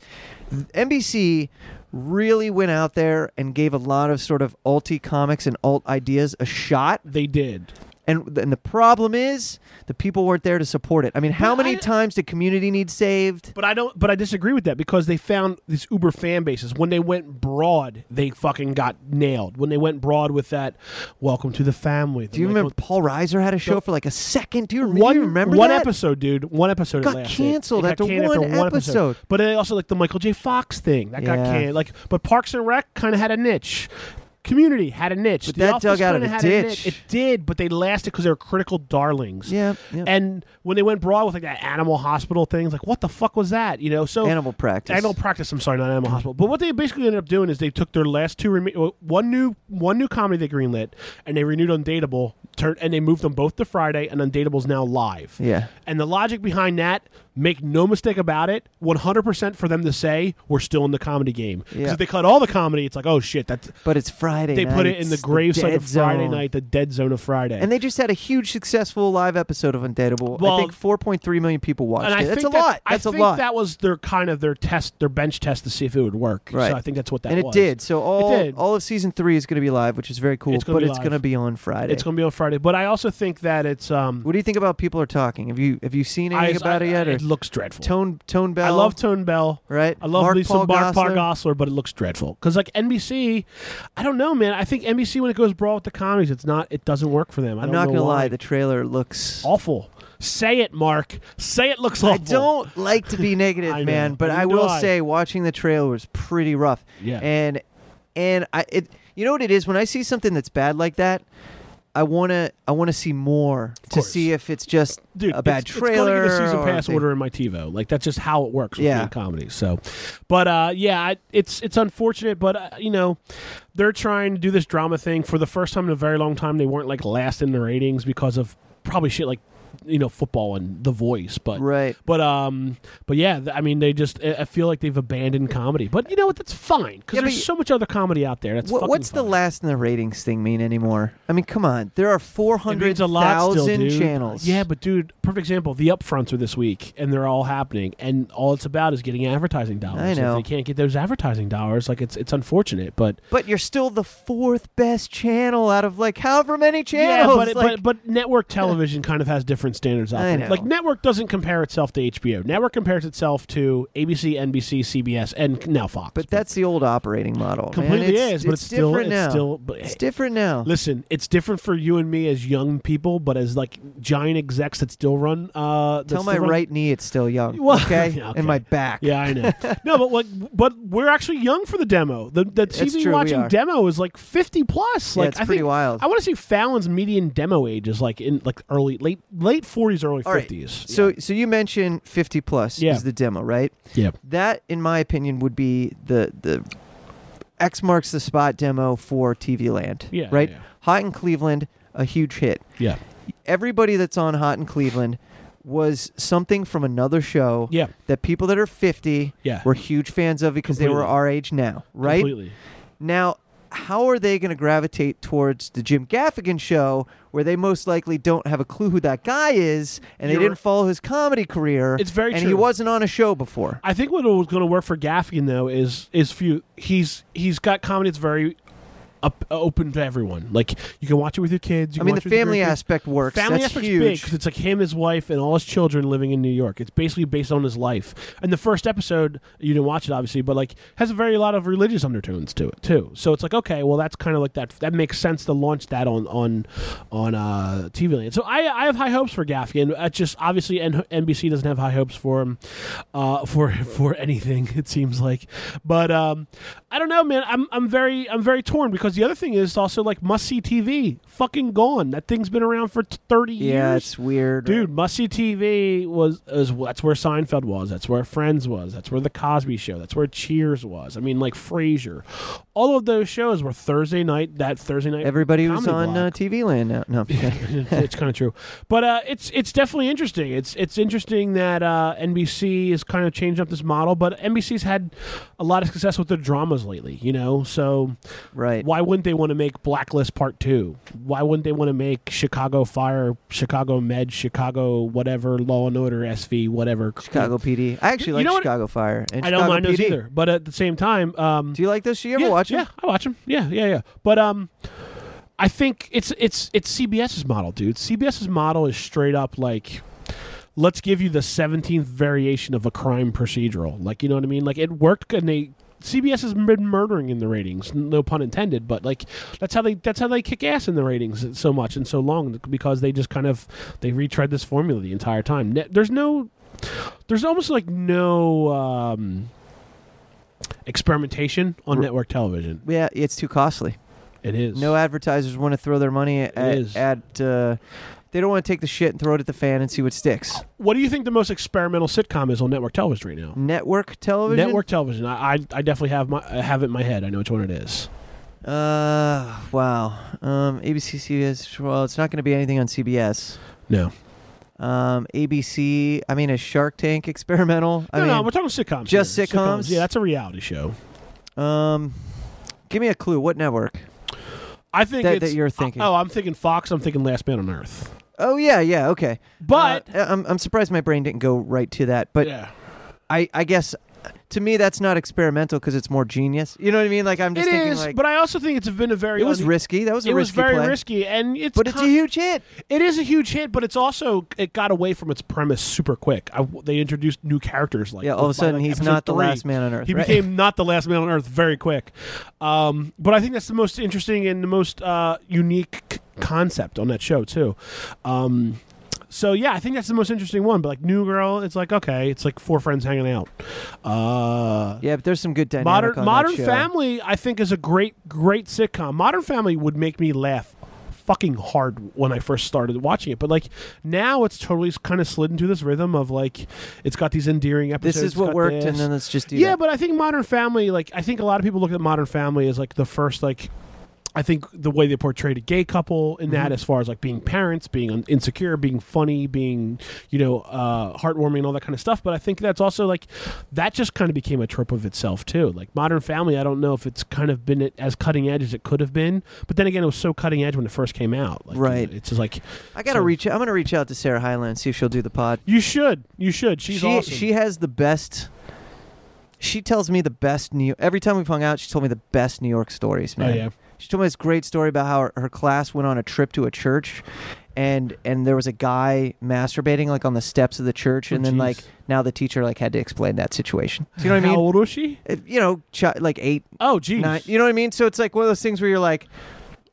B: NBC really went out there and gave a lot of sort of alty comics and alt ideas a shot
C: they did.
B: And and the problem is the people weren't there to support it. I mean, how
C: But
B: many
C: I-
B: times did community need saved?
C: But I don't. But I disagree with that because they found these Uber fan bases when they went broad. They fucking got nailed when they went broad with that. Welcome to the family.
B: Do you remember Paul Reiser had a show for like a second? Do you, rem- do
C: oh, one
B: you remember
C: one
B: that?
C: episode, dude? One episode it
B: Got
C: lasted.
B: canceled
C: It got
B: after
C: canned
B: one episode.
C: But it also like the Michael J. Fox thing that got
B: Yeah.
C: canned. Like, but Parks and Rec kind of had a niche. Community had a niche.
B: But
C: The
B: that
C: Office
B: dug out of
C: kinda
B: the
C: had A
B: ditch.
C: niche. It did, but they lasted because they were critical darlings.
B: Yeah, yeah.
C: And when they went broad with like that animal hospital things, like what the fuck was that? You know. So
B: Animal practice.
C: Animal practice. I'm sorry, not Animal Hospital. But what they basically ended up doing is they took their last two remi- one new one new comedy they greenlit, and they renewed Undateable, turn, and they moved them both to Friday, and Undateable's now live.
B: Yeah.
C: And the logic behind that, make no mistake about it, 100% for them to say we're still in the comedy game. Because
B: Yeah.
C: if they cut all the comedy, it's like oh shit, that's
B: But it's Friday.
C: they put it in the
B: nights,
C: gravesite
B: dead
C: of Friday
B: zone.
C: night, the dead zone of Friday.
B: And they just had a huge successful live episode of Undeadable. I
C: Well-
B: think 4.3 million people watched
C: and I
B: it. That's a
C: think that-
B: lot. That's
C: I
B: a
C: think
B: lot.
C: that was their kind of their test, their bench test to see if it would work.
B: Right.
C: So I think that's what that
B: and it
C: was.
B: did. So all
C: did.
B: all of season three is going to be live, which is very cool.
C: It's gonna
B: but
C: be
B: it's
C: live.
B: going to be on Friday.
C: It's going to be on Friday, but I also think that it's. Um,
B: what do you think about people are talking? Have you have you seen anything
C: I-
B: about
C: I-
B: it yet? Or
C: It looks dreadful.
B: Tone Tone Bell.
C: I love Tone Bell.
B: right.
C: I love
B: Mark
C: Lisa
B: Paul
C: Mark Paul
B: Gosselaar.
C: Gosselaar, but it looks dreadful because like NBC, I don't know, man. I think NBC when it goes broad with the comedies, it's not. It doesn't work for them. I
B: I'm
C: don't
B: not
C: know
B: gonna
C: why.
B: lie. The trailer looks.
C: awful. Say it, Mark. Say it looks
B: I
C: awful.
B: don't like to
C: <laughs>
B: be negative,
C: I know.
B: man, but
C: Neither
B: I
C: do
B: will
C: I.
B: say watching the trailer was pretty rough.
C: Yeah.
B: And and I it you know what it is when I see something that's bad like that, I wanna I wanna see more to
C: course.
B: see if it's just
C: Dude,
B: a bad
C: it's,
B: trailer.
C: It's going to get a season
B: or
C: pass
B: thing.
C: order in my TiVo. Like that's just how it works with
B: Yeah.
C: being comedy. So, but uh, yeah, I, it's it's unfortunate, but uh, you know, they're trying to do this drama thing for the first time in a very long time. They weren't like last in the ratings because of probably shit like you know football and The Voice, but
B: Right.
C: But um, but yeah, th- I mean, they just I I feel like they've abandoned comedy. But you know what? That's fine because
B: Yeah, but
C: there's
B: you-
C: so much other comedy out there. That's
B: Wha-
C: fucking
B: what's the
C: fine.
B: last in the ratings thing mean anymore? I mean, come on. There are four
C: It means
B: hundred
C: a lot still,
B: thousand
C: dude.
B: channels.
C: Yeah, but dude, perfect example. The upfronts are this week, and they're all happening, and all it's about is getting advertising dollars.
B: I know.
C: If they can't get those advertising dollars, like it's it's unfortunate, but
B: but you're still the fourth best channel out of like however many
C: yeah,
B: channels.
C: but, it-
B: like,
C: but but network television kind of has different standards out
B: I
C: there.
B: know.
C: Like network doesn't compare itself to HBO. Network compares itself to ABC, NBC, CBS, and now Fox.
B: But that's the old operating model. man.
C: completely
B: It's-
C: is, but it's, still
B: different
C: it's
B: now.
C: still. But,
B: It's different now.
C: Listen, it's different for you and me as young people, but as like giant execs that still run. Uh, that
B: Tell
C: still
B: my
C: run-
B: right knee it's still young,
C: <laughs> Well,
B: okay?
C: yeah, okay.
B: and my back.
C: Yeah,
B: <laughs>
C: I know. no, but like, but we're actually young for the demo. The the
B: That's
C: TV
B: true, we
C: watching
B: are.
C: demo is like fifty plus.
B: Yeah,
C: like
B: it's
C: I
B: pretty
C: think,
B: wild.
C: I want to say Fallon's median demo age is like in like early late late forties, early
B: All right.
C: fifties.
B: So, so you mentioned 50 plus
C: Yeah.
B: is the demo, right?
C: yeah.
B: That, in my opinion, would be the the X marks the spot demo for TV Land.
C: Yeah,
B: Right.
C: yeah, yeah.
B: Hot in Cleveland, a huge hit.
C: yeah,
B: Everybody that's on Hot in Cleveland was something from another show
C: Yeah.
B: that people that are 50
C: Yeah.
B: were huge fans of because they were
C: Completely.
B: our age now, right?
C: Completely.
B: Now, how are they going to gravitate towards the Jim Gaffigan show, where they most likely don't have a clue who that guy is, and they
C: You're-
B: didn't follow his comedy career?
C: It's very
B: and he
C: true.
B: wasn't on a show before.
C: I think what was going to work for Gaffigan though is is few. He's he's got comedy that's very up, open to everyone. Like you can watch it with your kids. You
B: I
C: can
B: mean, the
C: watch it with your
B: family
C: grandkids.
B: aspect works.
C: Family
B: That's
C: aspect's
B: huge.
C: big because it's like him, his wife, and all his children living in New York. It's basically based on his life. And the first episode, you didn't watch it obviously, but like has a very lot of religious undertones to it too. So it's like okay, well that's kind of like that. That makes sense to launch that on on on uh, TV land. So I I have high hopes for Gaffigan. It's just obviously N- NBC doesn't have high hopes for him uh, for <laughs> for anything. It seems like, but um, I don't know, man. I'm I'm very I'm very torn because the other thing is also like must see TV. Fucking gone. That thing's been around for t- thirty
B: yeah,
C: years.
B: it's weird,
C: Dude, must see TV was, was that's where Seinfeld was, that's where Friends was, that's where The Cosby Show, that's where Cheers was. I mean, like Frasier, all of those shows were Thursday night. That Thursday night,
B: Everybody was
C: comedy
B: on
C: block.
B: uh, TV Land now.
C: <laughs>
B: No,
C: it's kind of true, but uh, it's it's definitely interesting. It's it's interesting that uh, NBC has kind of changed up this model, but NBC's had a lot of success with their dramas lately. You know, so
B: right.
C: why wouldn't they want to make Blacklist Part Two? Why wouldn't they want to make Chicago Fire, Chicago Med, Chicago whatever Law and Order SV whatever?
B: Chicago PD. I actually
C: You
B: like
C: know what-
B: Chicago Fire and
C: I
B: Chicago
C: don't mind
B: PD.
C: those either, but at the same time, um,
B: Do you like those? Do you ever
C: yeah,
B: watch them?
C: yeah, I watch them. Yeah, yeah, yeah. But um, I I think it's it's it's CBS's model, dude. CBS's model is straight up like let's give you the 17th variation of a crime procedural. Like, you know what I mean? Like it worked and they CBS has been murdering in the ratings, n- no pun intended, but like that's how they that's how they kick ass in the ratings so much and so long because they just kind of they retread this formula the entire time. Ne- There's no there's almost like no um experimentation on network television.
B: Yeah, it's too costly.
C: It is.
B: No advertisers want to throw their money at.
C: is.
B: at uh, they don't want to take the shit and throw it at the fan and see what sticks.
C: What do you think the most experimental sitcom is on network television right now?
B: Network television.
C: Network television. I, I, I definitely have my I have it in my head. I know which one it is.
B: Uh, wow. Um, ABC, CBS. Well, it's not going to be anything on CBS.
C: No,
B: Um, ABC. I mean, a Shark Tank <laughs> experimental. I
C: no,
B: mean,
C: no. We're talking sitcoms.
B: just
C: here.
B: sitcoms?
C: Yeah, that's a reality show.
B: Um, give me a clue. What network?
C: I think
B: That-
C: it's,
B: that you're thinking.
C: Oh, I'm thinking Fox. I'm thinking Last Man on Earth.
B: Oh yeah, yeah, okay.
C: But
B: Uh, I'm I'm surprised my brain didn't go right to that. But
C: yeah,
B: I I guess to me that's not experimental because it's more genius. You know what I mean? Like I'm
C: it
B: just thinking
C: is.
B: like
C: but I also think it's been a very
B: it was
C: un-
B: risky. That was a
C: It was
B: risky
C: very
B: play.
C: risky, and it's
B: But it's a
C: kin-
B: huge hit.
C: It is a huge hit, but it's also it got away from its premise super quick. I, they introduced new characters like
B: Yeah, all of a
C: by,
B: sudden
C: like,
B: he's
C: episode
B: not the
C: three.
B: last man on Earth,
C: He
B: right?
C: became not the last man on Earth very quick. Um, but I think that's the most interesting and the most uh, unique c- concept on that show too. Um, so yeah, I think that's the most interesting one. But like New Girl, it's like okay, it's like four friends hanging out. Uh,
B: <laughs> Yeah, but there's some good dynamic.
C: Modern
B: on
C: Modern
B: that show.
C: Family, I think, is a great great sitcom. Modern Family would make me laugh fucking hard when I first started watching it, but like now it's totally kind of slid into this rhythm of like it's got these endearing episodes.
B: This is
C: it's
B: what
C: got
B: worked,
C: this.
B: and then let's just do
C: yeah,
B: that.
C: but I think Modern Family, like I think a lot of people look at Modern Family as like the first like. I think the way they portrayed a gay couple in
B: Mm-hmm.
C: that, as far as like being parents, being un- insecure, being funny, being you know uh, heartwarming, and all that kind of stuff. But I think that's also like that just kind of became a trope of itself too. Like Modern Family, I don't know if it's kind of been it- as cutting edge as it could have been, but then again, it was so cutting edge when it first came out. Like,
B: Right.
C: It's just like
B: I gotta
C: so-
B: reach. I'm gonna reach out to Sarah Hyland see if she'll do the pod.
C: you should, you should. She's
B: she
C: awesome.
B: she has the best. She tells me the best New. Every time we've hung out, she told me the best New York stories, <laughs>
C: oh
B: man.
C: yeah,
B: She told me this great story about how her, her class went on a trip to a church and and there was a guy masturbating like on the steps of the church
C: Oh,
B: and then
C: jeez.
B: like now the teacher like had to explain that situation. Do you know what I
C: How
B: mean?
C: old was she?
B: It- you know, chi- like 8
C: Oh, geez.
B: 9, you know what I mean? So it's like one of those things where you're like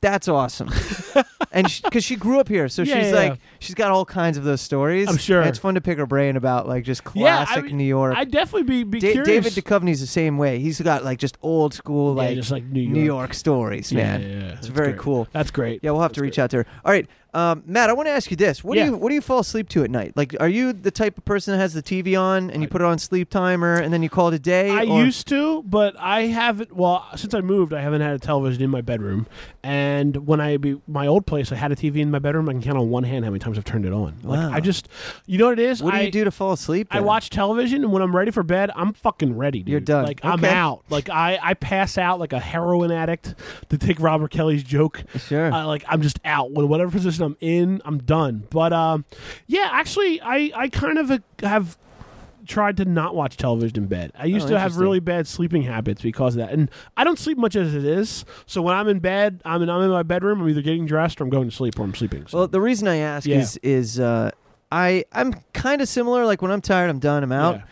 B: that's
C: <laughs>
B: awesome. and cuz she grew up here, so
C: Yeah,
B: she's
C: yeah,
B: like
C: yeah.
B: she's got all kinds of those stories.
C: I'm sure.
B: And it's fun to pick her brain about like just
C: Yeah, I
B: classic
C: mean,
B: New York.
C: I'd definitely be, be
B: Da-
C: curious.
B: David Duchovny's the same way. He's got like just old school
C: Yeah,
B: like,
C: just like New
B: New,
C: York.
B: York. stories,
C: Yeah,
B: man.
C: yeah, yeah.
B: It's
C: That's
B: very
C: great.
B: cool.
C: That's great.
B: Yeah, we'll have to reach out to her. All right, um, Matt. I want to ask you this: What
C: Yeah.
B: do you what do you fall asleep to at night? Like, are you the type of person that has the TV on and you put it on sleep timer and then you call it a day?
C: I
B: or-
C: used to, but I haven't. Well, since I moved, I haven't had a television in my bedroom. And when I be my old place, I had a TV in my bedroom. I can count on one hand how many times I've turned it on. Like
B: Wow.
C: I just, you know what it is.
B: What do
C: I,
B: you do to fall asleep?
C: I
B: then?
C: watch television, and when I'm ready for bed, I'm fucking ready. Dude.
B: You're done.
C: Like I'm
B: Okay.
C: out. Like I, I pass out like a heroin addict to take Robert Kelly's joke.
B: Sure.
C: I, like I'm just out. When whatever position I'm in, I'm done. But um, yeah, actually, I I kind of uh, have tried to not watch television in bed. I used
B: Oh,
C: to have
B: interesting.
C: really bad sleeping habits because of that, and I don't sleep much as it is. So when I'm in bed, I'm in, I'm in my bedroom. I'm either getting dressed or I'm going to sleep or I'm sleeping. So.
B: Well, the reason I ask
C: Yeah.
B: is is uh, I I'm kind of similar. Like when I'm tired, I'm done, I'm out.
C: Yeah.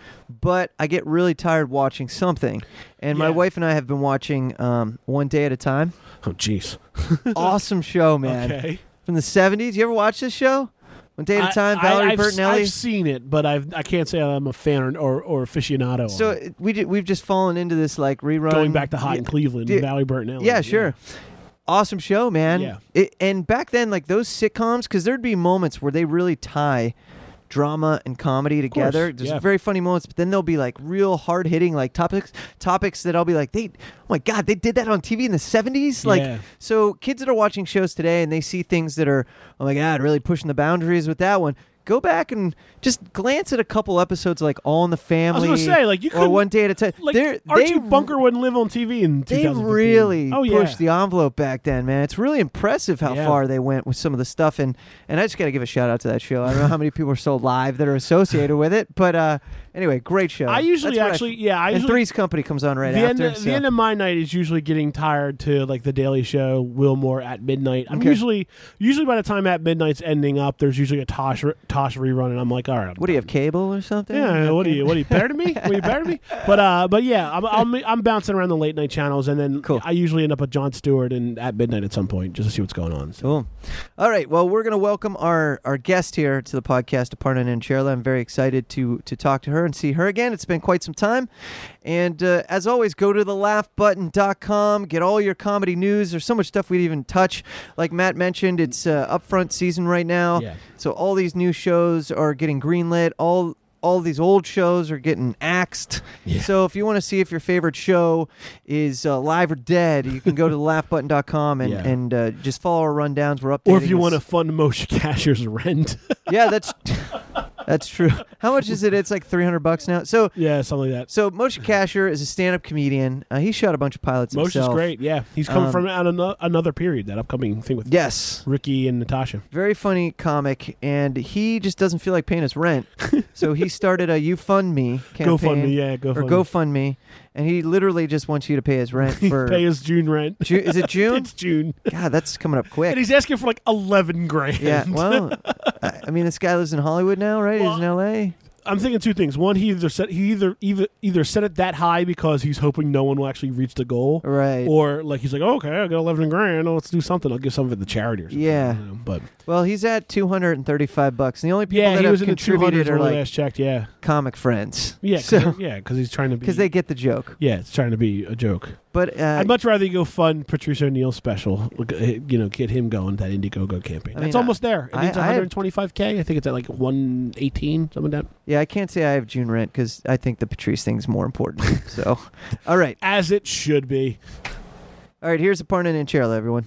B: But I get really tired watching something, and my
C: Yeah.
B: wife and I have been watching um, One Day at a Time.
C: oh, jeez.
B: awesome show, man.
C: <laughs> Okay.
B: From the '70s. You ever watch this show? One Day at a Time. Valerie
C: I've,
B: Bertinelli.
C: I've seen it, but I've I can't say I'm a fan or or, or aficionado. on
B: So
C: it.
B: it- we ju- we've just fallen into this like rerun.
C: going back to Hot in
B: Yeah,
C: Cleveland,
B: yeah.
C: and Valley Burton.
B: yeah, sure. Awesome show, man.
C: Yeah.
B: It, and back then, like those sitcoms, because there'd be moments where they really tie drama and comedy together. There's
C: yeah.
B: very funny moments, but then there'll be like real hard hitting like topics, topics that I'll be like, they, oh my god, they did that on TV in the '70s. Like,
C: Yeah.
B: so kids that are watching shows today and they see things that are, oh my god, really pushing the boundaries with that one. Go back and just glance at a couple episodes like All in the Family.
C: gonna say, like, you
B: or
C: couldn't-
B: one day at a time.
C: Like
B: They're-
C: Archie
B: they-
C: Bunker wouldn't live on TV in
B: they
C: 2015.
B: really
C: oh, yeah.
B: pushed the envelope back then, man. It's really impressive how
C: Yeah.
B: far they went with some of the stuff, and and I just got to give a shout out to that show. I don't know how many people are still alive that are associated with it, but uh, Anyway, great show.
C: I usually
B: That's what
C: actually- yeah, I
B: and
C: usually-
B: Three's Company comes on right
C: the
B: after.
C: End,
B: so-
C: The end of my night is usually getting tired to like the Daily Show, Wilmore at midnight. I'm
B: Okay.
C: usually usually by the time at midnight's ending up, there's usually a Tosh Tosh rerun, and I'm like, all right, I'm
B: what do you have? Cable or something? <laughs>
C: yeah, what are you? What are you better than me? What are you better than me? But uh, but yeah, I'm, I'm I'm bouncing around the late night channels, and then
B: Cool.
C: I usually end up at John Stewart and at midnight at some point just to see what's going on. So
B: Cool. All right. Well, we're going to welcome our, our guest here to the podcast, Aparna Nancherla. I'm very excited to to talk to her and see her again. It's been quite some time. And uh, as always, go to thelaughbutton.com, get all your comedy news. There's so much stuff we didn't even touch. Like Matt mentioned, it's uh, upfront season right now.
C: Yeah.
B: So all these new shows are getting greenlit. All all these old shows are getting axed.
C: Yeah.
B: So if you want to see if your favorite show is uh, live or dead, you can go to <laughs> laughbutton.com and
C: Yeah.
B: and uh, just follow our rundowns. We're updating.
C: or if you
B: us.
C: want to fund Moshe Cashier's rent,
B: <laughs> yeah, that's <laughs> that's true. How much is it? It's like three hundred bucks now. So
C: yeah, something like that.
B: so Moshe Kasher is a stand-up comedian. Uh, he shot a bunch of pilots
C: Moshe's
B: himself.
C: great. Yeah, he's coming
B: Um,
C: from out ano- another period that upcoming thing with
B: Yes.
C: Ricky and Natasha. <laughs>
B: Very funny comic, and he just doesn't feel like paying his
C: <laughs>
B: rent, so he started a You Fund Me campaign.
C: Go fund me, yeah, go
B: or
C: fund
B: GoFundMe, and he literally just wants you to pay his rent
C: <laughs>
B: for.
C: pay his June rent.
B: Ju- is it June?
C: <laughs> it's June,
B: God, that's coming up
C: and
B: quick.
C: he's asking for like eleven grand.
B: Yeah, well, I I mean, this guy lives in Hollywood now, right? He's in L.A.
C: <laughs> I'm thinking two things. One, he either set he either either either set it that high because he's hoping no one will actually reach the goal,
B: Right.
C: Or like he's like, okay, I got eleven grand. Oh, let's do something. I'll give some of it to charity. Or something.
B: Yeah.
C: you know, but
B: Well, he's at 235 bucks. And the only people
C: yeah,
B: that
C: he
B: have
C: was in the two
B: contributed
C: hundreds
B: are
C: when I
B: like
C: last checked. Yeah,
B: comic friends.
C: yeah, cause,
B: So,
C: yeah, because he's trying to be
B: cuz they get the joke.
C: yeah, it's trying to be a joke.
B: But uh,
C: I'd much rather you go fund Patrice O'Neill special. Look, uh, You know, get him going that Indiegogo campaign.
B: I
C: That's
B: mean,
C: almost there. It
B: I-
C: needs
B: I-
C: 125k. I think it's at like 118, something like that.
B: yeah, I can't say I have June rent cuz I think the Patrice thing's more important.
C: <laughs>
B: so, all right.
C: As it should be.
B: All right, here's Aparna and Charla, everyone.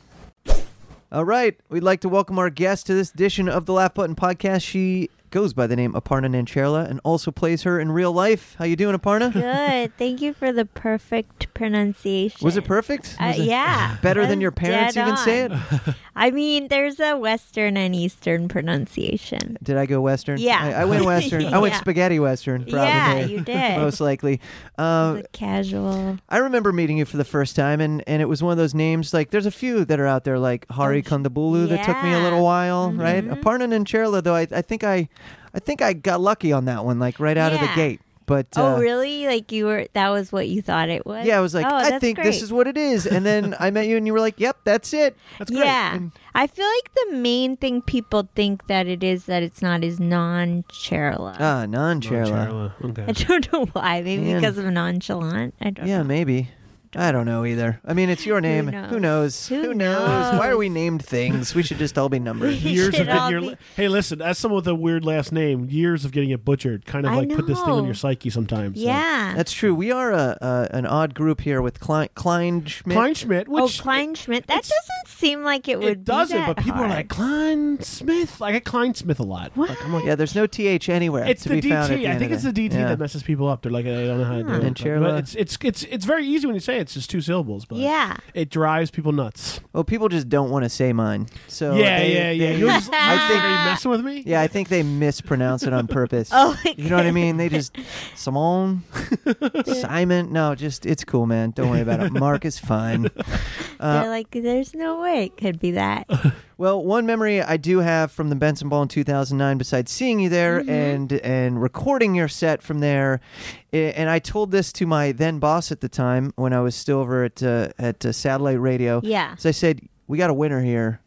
B: All right, we'd like to welcome our guest to this edition of the Laugh Button Podcast. She goes by the name Aparna Nancherla and also plays her in real life. How you doing, Aparna?
D: Good. Thank you for the perfect pronunciation.
B: Was it perfect?
D: Uh,
B: Was it
D: yeah.
B: <laughs> Better than
D: That's
B: your parents
D: dead
B: even say it?
D: on. I mean, there's a Western and Eastern pronunciation.
B: Did I go Western?
D: Yeah.
B: I, I went Western. I went
D: <laughs> Yeah.
B: spaghetti Western, probably.
D: yeah, you did.
B: <laughs> most likely. Uh,
D: It's a casual.
B: I remember meeting you for the first time, and, and it was one of those names. Like, there's a few that are out there, like Hari Kondabulu, that took me a
D: Yeah.
B: little while, right?
D: Mhm.
B: Aparna and Cherla, though, I, I think I, I think I got lucky on that one, like right out of the
D: Yeah.
B: gate. But uh,
D: oh, really? Like you were? That was what you thought it was?
B: Yeah, I was like,
D: oh,
B: I
D: that's
B: think
D: great.
B: this is what it is, and then I met you, and you were like, Yep, that's
D: <laughs>
B: it. That's great.
D: Yeah.
B: And-
D: I feel like the main thing people think that it is that it's not is non-Cherla.
B: ah, non Cherla.
D: <laughs> I
C: Oh, Okay.
D: don't know why. Maybe
B: Man.
D: because of nonchalant. I don't
B: Yeah,
D: know.
B: maybe. I don't know either. I mean, it's your name. Who knows?
D: knows? Who
B: Why are
D: knows?
B: we named things? We should just
D: <laughs>
B: all be numbers.
D: It
C: Years of
D: should
C: getting
D: all
C: your
D: be-
C: li- hey, listen. As someone with a weird last name, years of getting it butchered kind of
D: I
C: like put this thing on
D: know.
C: your psyche sometimes. so.
D: Yeah.
B: That's true. We are a, a an odd group here with Klein, Klein Schmidt.
C: Klein Schmidt, which
D: oh, Klein Schmidt. That doesn't seem like it
C: it,
D: would.
C: it doesn't,
D: be that
C: but people
D: hard.
C: are like Klein Smith. Like I get Klein Smith a lot.
D: What?
C: Like, I'm like,
B: Yeah, there's no th anywhere.
C: it's
B: to
C: the
B: be Found at
C: DT.
B: the
C: I
B: end
C: think
B: of
C: it's the DT
B: yeah.
C: that messes people up. They're like, I don't know how to do
D: Hmm.
C: it.
B: And
C: But
B: Cherla.
C: it's it's it's it's very easy when you say it. It's just two syllables, but
D: Yeah.
C: it drives people nuts.
B: Well, people just don't want to say mine. So
C: yeah,
B: Oh, they-
C: yeah, yeah,
B: they- <laughs>
C: You're just-
B: I
C: <laughs> are
B: think.
C: you messing with me?
B: Yeah, I think they mispronounce it on purpose.
D: <laughs> Oh, my
B: you know what I mean? They just
C: <laughs>
B: Simone, Simon. No, just it's cool, man. Don't worry about it. Mark is fine.
D: They're like, there's no way it could be that.
B: Well, one memory I do have from the Benson Ball in 2009, besides seeing you
D: Mm-hmm.
B: there and and recording your set from there, i- and I told this to my then boss at the time when I was still over at uh, at uh, Satellite Radio.
D: Yeah.
B: so I said, "We got a winner
D: <laughs>
B: here,"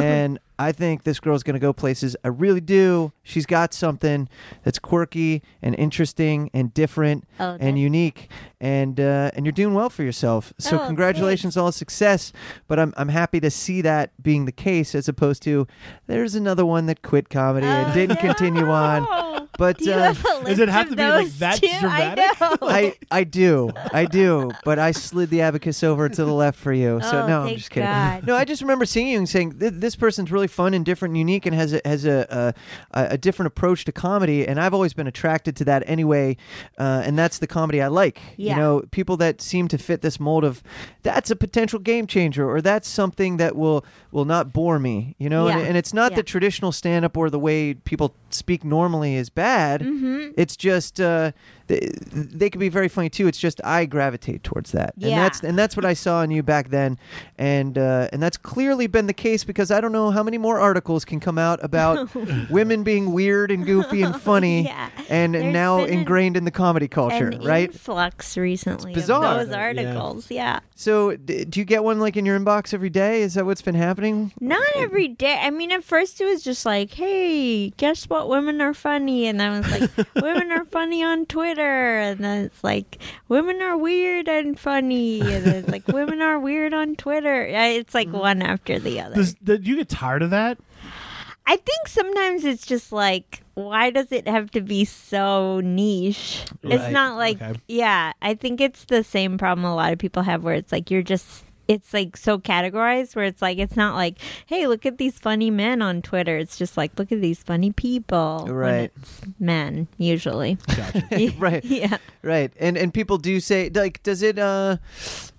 B: and I think this girl's gonna go places. I really do. She's got something that's quirky and interesting and different
D: Oh,
B: and
D: that-
B: unique, and uh, and you're doing well for yourself. So
D: Oh, thanks.
B: congratulations congratulations all success but I'm, I'm happy to see that being the case as opposed to there's another one that quit comedy and
D: Oh,
B: didn't
D: no.
B: continue on but
D: Do <laughs> you
B: uh,
D: have a list
C: Does it have
D: of
C: to be, like,
D: those
C: that
D: two?
C: dramatic?
D: I know.
B: <laughs> I, I do I do but I slid the abacus over to the left for you so
D: Oh,
B: no I'm
D: thank
B: just kidding
D: God.
B: no I just remember seeing you and saying "Th- this person's really fun and different and unique and has a has a, a a different approach to comedy and I've always been attracted to that anyway uh, and that's the comedy I like you
D: Yeah.
B: know people that seem to fit this mold of that's a potential game changer or that's something that will will not bore me you know and,
D: Yeah.
B: and it's not
D: Yeah.
B: that traditional stand up or the way people speak normally is bad.
D: Mm-hmm.
B: It's just uh, they, they could be very funny too. It's just I gravitate towards that, and
D: Yeah.
B: that's and that's what I saw in you back then, and uh, and that's clearly been the case because I don't know how many more articles can come out
D: <laughs>
B: about women being weird and goofy and funny,
D: Yeah.
B: and
D: There's
B: now
D: been an-
B: ingrained in the comedy culture,
D: an
B: right?
D: influx recently
B: It's bizarre.
D: of those articles. Yeah.
B: So d- do you get one like in your inbox every day? Is that what's been happening?
D: Not every day. I mean, at first it was just like, hey, guess what? Women are funny. And then I was like, women are funny on Twitter. And then it's like, women are weird and funny. And then it's like, women are weird on Twitter. Yeah, It's like one after the other.
C: Does, did you get tired of that?
D: I think sometimes it's just like, why does it have to be so niche?
C: Right.
D: It's not like,
C: Okay.
D: yeah, I think it's the same problem a lot of people have where it's like, you're just, it's like so categorized where it's like, it's not like, hey, look at these funny men on Twitter. It's just like, look at these funny people. when
B: Right.
D: it's men, usually.
B: Right.
D: <laughs> yeah.
B: Right, and and people do say like, does it? uh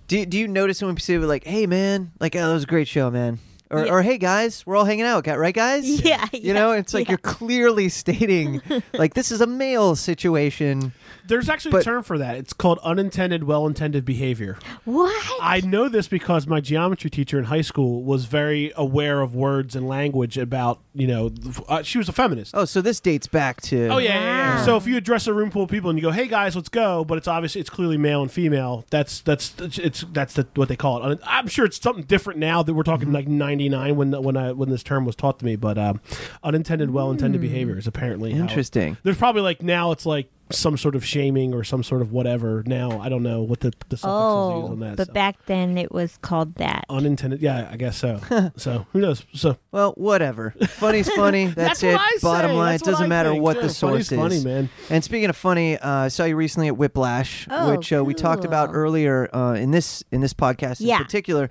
B: Do do you notice when people like, hey man, like, oh, that was a great show, man, or
D: Yeah.
B: or hey guys, we're all hanging out, got right, guys?
D: <laughs> Yeah,
B: you
D: yeah,
B: know, it's like
D: yeah.
B: you're clearly
D: <laughs>
B: stating like this is a male situation.
C: There's actually a
B: But-
C: term for that. It's called unintended, well-intended behavior.
D: What?
C: I know this because my geometry teacher in high school was very aware of words and language about, you know, th- uh, she was a feminist.
B: Oh, so this dates back to
C: Oh yeah, yeah, yeah.
D: Wow.
C: So if you address a room full of people and you go, "Hey guys, let's go," but it's obviously it's clearly male and female. That's that's it's, it's that's the, what they call it. I'm sure it's something different now that we're talking like '99 when when I when this term was taught to me. But um, unintended, well-intended behavior is apparently how-
B: Interesting.
C: there's probably like now it's like some sort of shaming or some sort of whatever. Now I don't know what the, the suffixes they use
D: oh,
C: on that. Oh.
D: but
C: so.
D: back then it was called that.
C: unintended. Yeah, I guess so. so who knows? So
B: Well, whatever. Funny's
C: <laughs>
B: funny. That's,
C: That's what
B: it.
C: I
B: Bottom
C: say.
B: line,
C: That's
B: it
C: what
B: doesn't
C: I
B: matter
C: think,
B: what
C: too.
B: the source
C: Funny's
B: is.
C: funny, man.
B: And speaking of funny, uh, I saw you recently at Whiplash,
D: Oh,
B: which uh, we talked about
D: cool.
B: earlier uh, in this in this podcast in
D: Yeah.
B: particular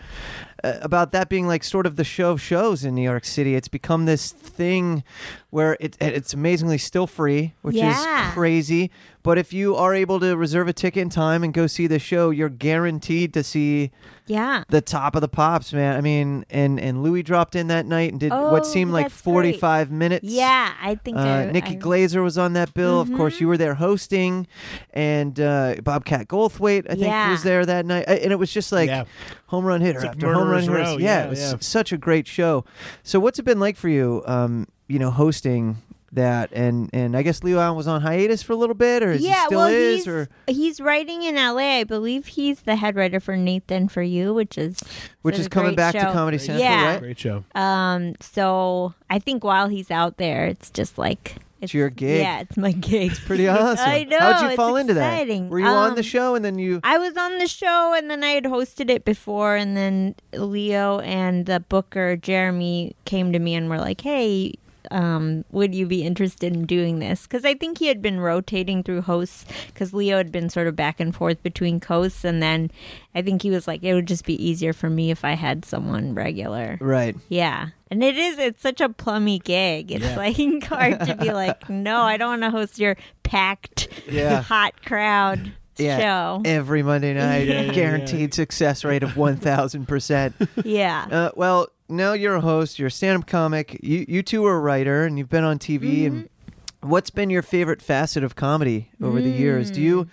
B: uh, about that being like sort of the show of shows in New York City. It's become this thing where it and it's amazingly still free, which
D: Yeah.
B: is crazy. But if you are able to reserve a ticket in time and go see the show, you're guaranteed to see
D: Yeah.
B: the top of the pops, man. I mean, and and Louis dropped in that night and did what
D: Oh,
B: seemed like
D: that's great.
B: 45 minutes.
D: Yeah, I think
B: Uh,
D: I,
B: Nikki
D: I- Mm-hmm.
B: Glazer was on that bill. Of course, you were there hosting, and uh, Bobcat Goldthwait, I think,
D: Yeah.
B: was there that night. Uh, And it was just like
C: Yeah.
B: home run hitter
C: like
B: after home run
C: Murderers
B: hitter.
C: Row,
B: Yeah,
C: yeah,
B: it was
C: yeah.
B: s- such a great show. So, what's it been like for you? Um, you know, hosting that, and and I guess Leo Allen was on hiatus for a little bit, or is he
D: yeah,
B: still
D: well,
B: is,
D: he's,
B: or
D: he's writing in LA. I believe he's the head writer for Nathan for You, which is
B: which
D: it's
B: is
D: a
B: coming
D: great
B: back to
D: show.
B: Comedy Central,
D: Yeah.
B: right?
C: great show.
D: Um, so I think while he's out there, it's just like it's
B: your gig.
D: Yeah, it's my gig. <laughs>
B: Pretty awesome.
D: I know.
B: How'd you
D: it's
B: fall into that?
D: exciting.
B: Were you on the
D: Um,
B: show, and then you?
D: I was on the show, and then I had hosted it before, and then Leo and the booker Jeremy came to me and were like, "Hey." Um, would you be interested in doing this? Because I think he had been rotating through hosts because Leo had been sort of back and forth between coasts, and then I think he was like, it would just be easier for me if I had someone regular.
B: Right.
D: Yeah. And it is, it's such a plummy gig. It's like <laughs> hard to be like, no, I don't want to host your packed,
B: Yeah.
D: hot crowd show.
B: Every Monday night, guaranteed success rate of
C: <laughs>
B: 1000%.
D: yeah.
B: uh, well, now you're a host, you're a stand up comic, you, you two are a writer, and you've been on TV. And
C: Mm-hmm.
B: what's been your favorite facet of comedy over the years? Do
C: Mm.
B: you,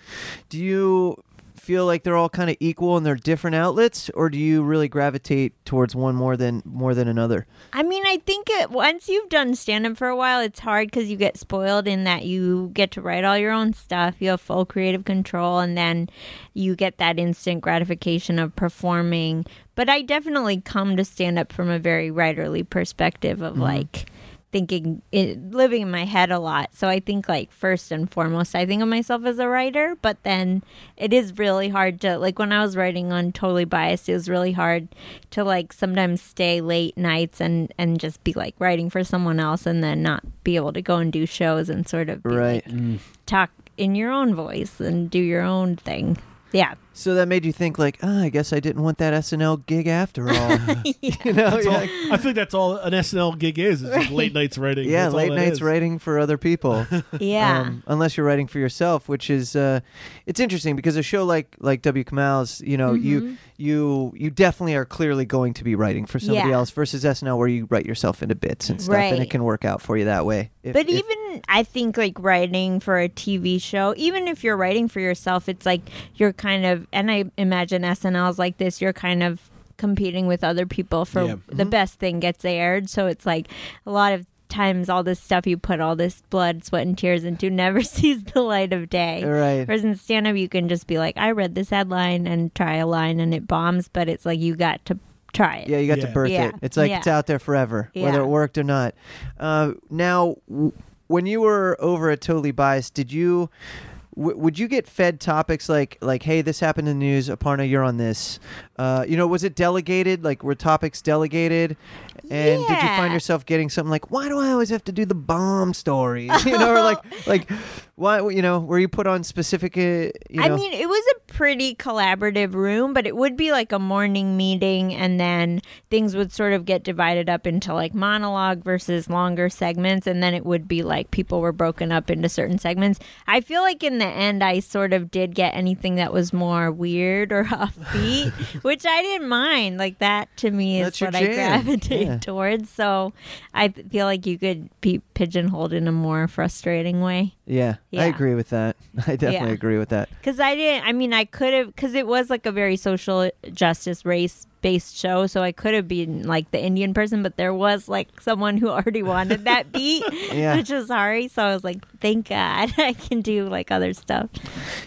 B: do you feel like they're all kind of equal and they're different outlets, or do you really gravitate towards one more than, more than another?
D: I mean, I think it, once you've done stand up for a while, it's hard because you get spoiled in that you get to write all your own stuff. You have full creative control, and then you get that instant gratification of performing. But I definitely come to stand up from a very writerly perspective of like thinking, it, living in my head a lot. So I think, like, first and foremost, I think of myself as a writer, but then it is really hard to, like, when I was writing on Totally Biased, it was really hard to, like, sometimes stay late nights and, and just be, like, writing for someone else and then not be able to go and do shows and sort of be,
C: Mm.
B: Right.
D: like, talk in your own voice and do your own thing. Yeah.
B: So that made you think like, ah, I guess I didn't want that SNL gig after
C: <laughs>
B: all. <laughs> You know,
C: That's
B: you're
C: all- <laughs>
B: like,
C: I feel like that's all an SNL gig is. is just late nights writing.
B: yeah,
C: That's all
B: late
C: that
B: nights
C: is.
B: writing for other
C: <laughs>
B: people.
D: Yeah.
B: um, unless you're writing for yourself, which is uh, it's interesting because a show like like W. Kamau's, you know,
D: Mm-hmm.
B: you you you definitely are clearly going to be writing for somebody
D: Yeah.
B: else versus SNL where you write yourself into bits and stuff, and it
D: Right.
B: can work out for you that way. If-
D: But
B: if-
D: even I think like writing for a TV show, even if you're writing for yourself, it's like you're kind of and I imagine SNLs like this, you're kind of competing with other people for
C: Yeah.
D: the best thing gets aired. So it's like a lot of times all this stuff you put all this blood, sweat and tears into <laughs> never sees the light of day.
B: Right.
D: Whereas in stand up you can just be like, I read this headline and try a line and it bombs, but it's like you got to try it.
B: Yeah, you got to
C: Yeah.
B: birth
D: Yeah.
B: it. It's like
D: Yeah.
B: it's out there forever, whether
D: Yeah.
B: it worked or not. Uh, now, w- when you were over at Totally Biased, did you? W- would you get fed topics like like hey this happened in the news Aparna you're on this uh, you know was it delegated like were topics delegated and did you find
D: Yeah.
B: yourself getting something like why do I always have to do the bomb stories <laughs> you know or
D: <laughs>
B: like like why you know were you put on specific uh, you know
D: I mean, it was a pretty collaborative room, but it would be like a morning meeting, and then things would sort of get divided up into like monologue versus longer segments, and then it would be like people were broken up into certain segments. I feel like in the end, I sort of did get anything that was more weird
B: <laughs>
D: or <laughs> offbeat, which I didn't mind. Like that to me is
B: That's your
D: what I
B: jam.
D: gravitate
B: Yeah.
D: towards. So I feel like you could be pigeonholed in a more frustrating way.
B: yeah, I
D: Yeah.
B: agree with that <laughs> I definitely
D: Yeah.
B: agree with that
D: Because I didn't, I mean, I could have, because it was like a very social justice, race based show. So I could have been like the Indian person, but there was like someone who already
B: <laughs>
D: wanted that beat,
B: Yeah.
D: which was Hari. So I was like, thank God <laughs> I can do like other stuff.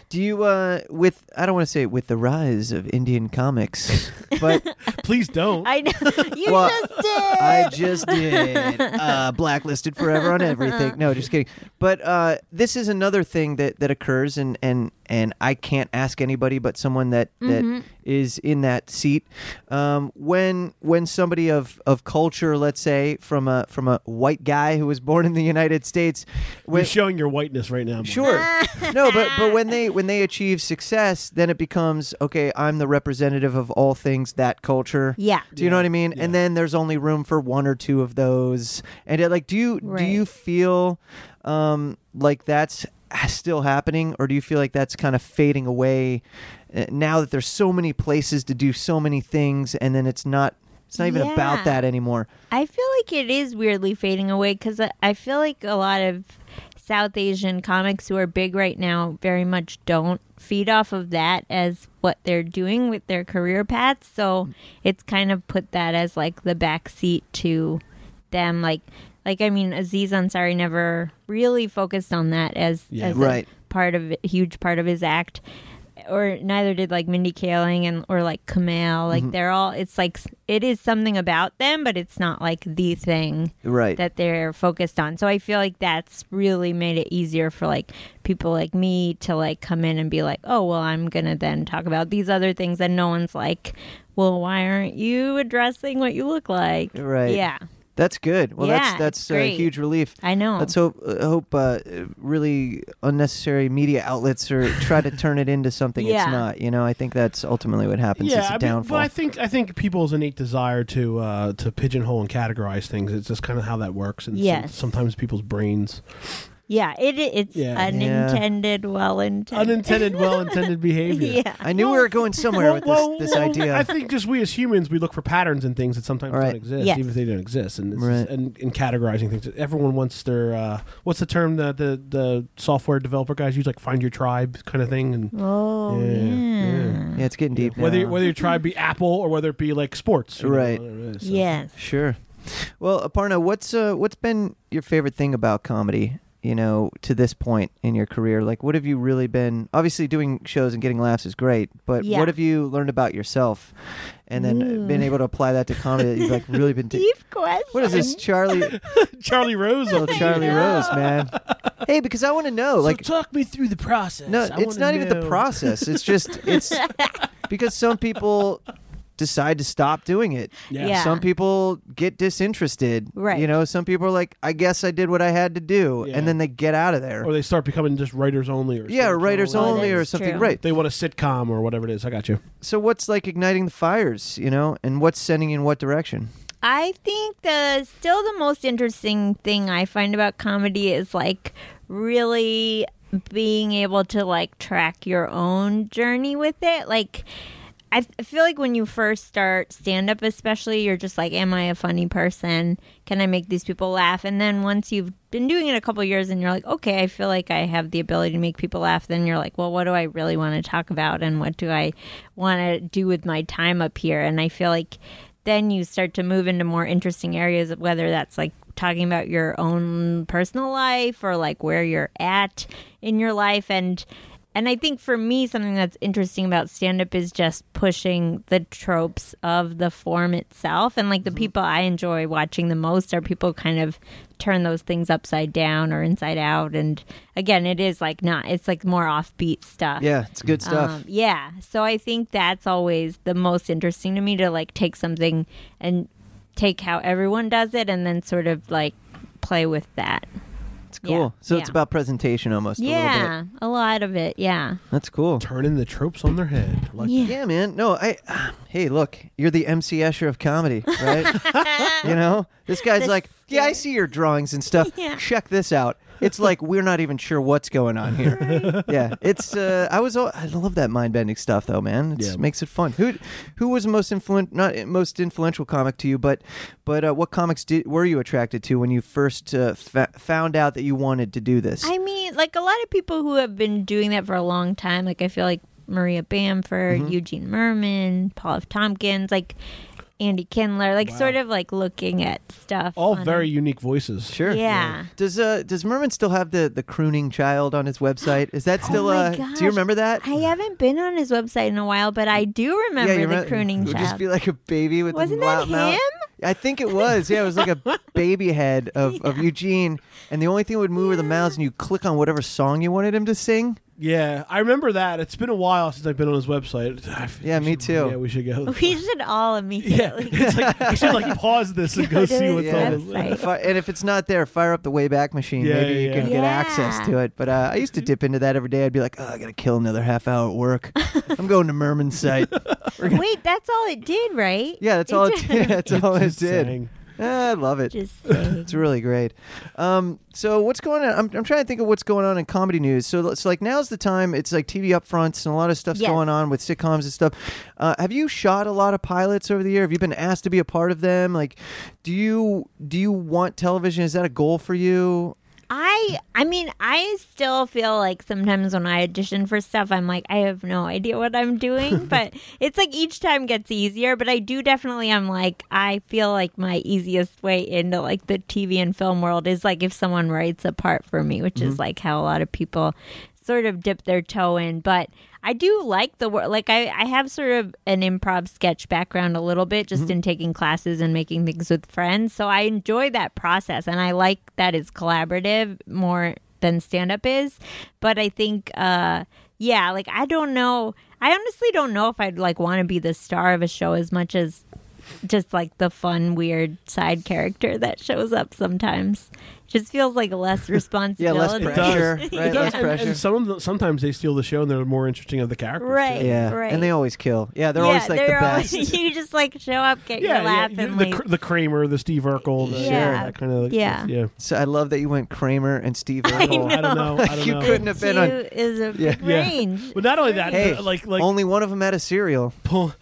B: Do you uh with I don't want to say with the rise of Indian comics, but
C: Please don't.
D: I know.
B: <laughs>
D: You
B: Well,
D: just did.
B: I just did uh, blacklisted forever on everything. No, just kidding. But uh, this is another thing that that occurs, and and and I can't ask anybody but someone that that is in that seat. Um, when when somebody of of culture, let's say from a from a white guy who was born in the United States,
C: You're
B: when,
C: showing your whiteness right now. Mark.
B: Sure.
D: <laughs>
B: no, but but when they when they achieve success, then it becomes okay. I'm the representative of all things that culture.
D: Yeah.
B: Do you know what I mean? And
C: Yeah.
B: then there's only room for one or two of those. And it, like, do you do
D: Right.
B: you feel um, like that's still happening, or do you feel like that's kind of fading away uh, now that there's so many places to do so many things, and then it's not it's not even about
D: Yeah.
B: that anymore.
D: I feel like it is weirdly fading away because I feel like a lot of South Asian comics who are big right now very much don't feed off of that as what they're doing with their career paths. So it's kind of put that as like the backseat to them. Like, like I mean, Aziz Ansari never really focused on that as,
C: Yeah.
D: as a
B: Right.
D: part of huge part of his act or neither did like Mindy Kaling and or like Kamal.
B: Mm-hmm.
D: Like they're all it's like s- it is something about them, but it's not like the thing
B: Right.
D: that they're focused on. So I feel like that's really made it easier for like people like me to like come in and be like, "Oh, well, I'm going to then talk about these other things." And no one's like, "Well, why aren't you addressing what you look like?"
B: Right.
D: Yeah.
B: that's good. Well,
D: Yeah,
B: that's
D: it's
B: that's a
D: great.
B: huge relief.
D: I know.
B: Let's hope uh, hope uh, really unnecessary media outlets are try to turn it into something it's
D: Yeah.
B: not. You know, I think that's ultimately what happens.
C: Yeah,
B: it's a
C: I mean,
B: downfall.
C: but I think I think people's innate desire to uh, to pigeonhole and categorize things. It's just kind of how that works, and some-
D: Yes.
C: sometimes
B: <laughs>
C: people's brains
D: yeah, it it's
C: Yeah.
D: unintended, well-intended.
C: unintended, well-intended behavior.
D: <laughs> yeah.
B: I, knew we were going somewhere with this, this
C: well,
B: idea.
C: I think just we as humans we look for patterns in things that sometimes
B: Right.
C: don't exist,
D: Yes.
C: even if they don't exist, and, it's
B: Right.
C: just- and and categorizing things. Everyone wants their uh, what's the term that the the software developer guys use, like find your tribe kind of thing, and
D: Oh,
C: Yeah,
D: yeah.
B: yeah, it's getting deep.
C: whether
B: now.
C: whether your tribe be Apple or whether it be like sports, you know,
B: Right.
C: whatever it is, so.
D: Yes.
B: sure. Well, Aparna, what's uh, what's been your favorite thing about comedy? You know, to this point in your career, like what have you really been? Obviously, doing shows and getting laughs is great, but
D: Yeah. Mm.
B: what have you learned about yourself, and then
D: Ooh.
B: been able to apply that to comedy? That you've like really
D: <laughs>
B: been. ta-
D: Deep question.
B: what is this, Charlie? <laughs>
C: Charlie Rose, <laughs>
B: little Charlie
D: know.
B: Rose, man. Hey, because I want to know, like,
C: talk me through the process. <laughs>
B: no, it's not even the process. It's just it's because some people decide to stop doing it.
C: Yeah.
D: Yeah.
B: Some people get disinterested.
D: Right.
B: You know, some people are like, I guess I did what I had to do.
C: Yeah.
B: And then they get out of there.
C: or they start becoming just writers only, or
B: yeah,
C: something.
B: writers
D: Oh,
B: only or
D: that's
B: something.
D: true.
B: Right.
C: They want a sitcom or whatever it is. I got you.
B: So what's like igniting the fires, you know, and what's sending in what direction?
D: I think the still the most interesting thing I find about comedy is like really being able to like track your own journey with it. Like I f- I feel like when you first start stand up especially you're just like am I a funny person? Can I make these people laugh? And then once you've been doing it a couple years and you're like okay, I feel like I have the ability to make people laugh, then you're like well what do I really want to talk about and what do I want to do with my time up here? And I feel like then you start to move into more interesting areas of whether that's like talking about your own personal life or like where you're at in your life and and I think for me something that's interesting about stand up is just pushing the tropes of the form itself and like the people I enjoy watching the most are people kind of turn those things upside down or inside out and again it is like not it's like more offbeat stuff.
B: Yeah, it's good stuff.
D: Um, yeah. So I think that's always the most interesting to me to like take something and take how everyone does it and then sort of like play with that.
B: it's cool.
D: yeah,
B: so it's
D: yeah.
B: about presentation almost a little bit.
D: yeah. A lot of it. Yeah.
B: That's cool.
C: Turning the tropes on their head. Like,
D: Yeah.
B: Yeah, man. No, I. <sighs> Hey, look, you're the MC Escher of comedy, right?
D: <laughs>
B: you know, this guy's
D: The
B: like, yeah, I see your drawings and stuff.
D: Yeah.
B: Check this out. It's like we're not even sure what's going on here. Yeah, it's. Uh, I was. al- I love that mind bending stuff, though, man. It
C: Yeah.
B: makes it fun. Who, who was the most influent, not most influential comic to you, but, but uh, what comics did, were you attracted to when you first uh, fa- found out that you wanted to do this?
D: I mean, like a lot of people who have been doing that for a long time, like I feel like Maria Bamford, Eugene Merman, Paul F. Tompkins, like Andy Kindler, like sort of like looking at stuff.
C: all
D: on
C: very unique voices.
B: Sure.
D: Yeah.
B: Does uh does Merman still have the the crooning child on his website? Is
D: <gasps>
B: that still
D: Oh my
B: uh
D: gosh.
B: do you remember that?
D: I haven't been on his website in a while, but I do remember
B: you
D: the
B: remember-
D: crooning
B: it would just
D: job.
B: be like a baby with
D: Wasn't
B: a
D: that
B: loud mouth.
D: him?
B: I think it was. Yeah, it was like a
D: <laughs>
B: baby head of, of Eugene, and the only thing that would move were the mouths, and you click on whatever song you wanted him to sing.
C: Yeah, I remember that. It's been a while since I've been on his website. I f-
B: Yeah,
C: we
B: me
C: should-
B: too.
C: Yeah, we should go.
D: <laughs>
C: <laughs>
D: We should all immediately.
C: it's like I should like pause this and go
D: to
C: see
D: his
C: what's
B: Yeah.
C: on. <laughs>
D: website.
C: it.
D: Right.
B: Fi- And if it's not there, fire up the Wayback Machine.
C: Yeah,
B: Maybe you
C: yeah,
B: can
C: yeah.
B: get access
D: Yeah.
B: to it. But uh, I used to dip into that every day. I'd be like, oh, I gotta kill another half hour at
D: <laughs>
B: work. I'm going to Merman's site.
D: Wait, that's all it did, right?
B: <laughs> Yeah, that's all it
D: just-
B: did. That's all Oh, it
C: Just
B: did.
C: saying.
B: Ah, I love it.
D: Just saying.
B: It's really great. Um, so what's going on? I'm, I'm trying to think of what's going on in comedy news. So, so like now's the time. It's like TV upfronts and a lot of stuff's
D: Yes.
B: going on with sitcoms and stuff. Uh, have you shot a lot of pilots over the year? Have you been asked to be a part of them? Like, do you do you want television? Is that a goal for you?
D: I I mean, I still feel like sometimes when I audition for stuff, I'm like, I have no idea what I'm doing. but it's like each time gets easier. But I do definitely, I'm like, I feel like my easiest way into like the TV and film world is like if someone writes a part for me, which is like how a lot of people sort of dip their toe in. But I do like the work. Like I, I have sort of an improv sketch background a little bit,
B: Mm-hmm.
D: just in taking classes and making things with friends. So I enjoy that process, and I like that it's collaborative more than stand up is. But I think, uh, yeah, like I don't know. I honestly don't know if I'd like want to be the star of a show as much as just like the fun, weird side character that shows up sometimes. Just feels like
B: <laughs>
D: less
B: Yeah,
D: responsibility.
B: less
D: <laughs>
B: pressure. Right,
C: It does,
B: less
C: and-
B: pressure.
C: And some of the, sometimes they steal the show and they're more interesting of the characters.
D: Right.
C: too.
B: Yeah,
D: Right.
B: and they always kill. Yeah, they're always like the
D: they're
B: best.
D: always- <laughs> you just like show up, get
C: Yeah,
D: your laugh,
C: yeah,
D: and
C: the,
D: like,
C: Kr- the Kramer, the Steve Urkel, the,
D: Sure.
C: that kind of
D: Yeah.
C: yeah.
B: so I love that you went Kramer and
D: <laughs>
B: Steve
C: Oh,
B: Urkel.
C: I don't know. I
B: <laughs>
C: don't
B: you
C: know.
B: couldn't have been on.
D: two is a
B: Yeah.
D: big
C: Yeah.
D: range.
C: But not only that,
B: Hey,
C: but like like
B: only one of them had a cereal.
C: pull,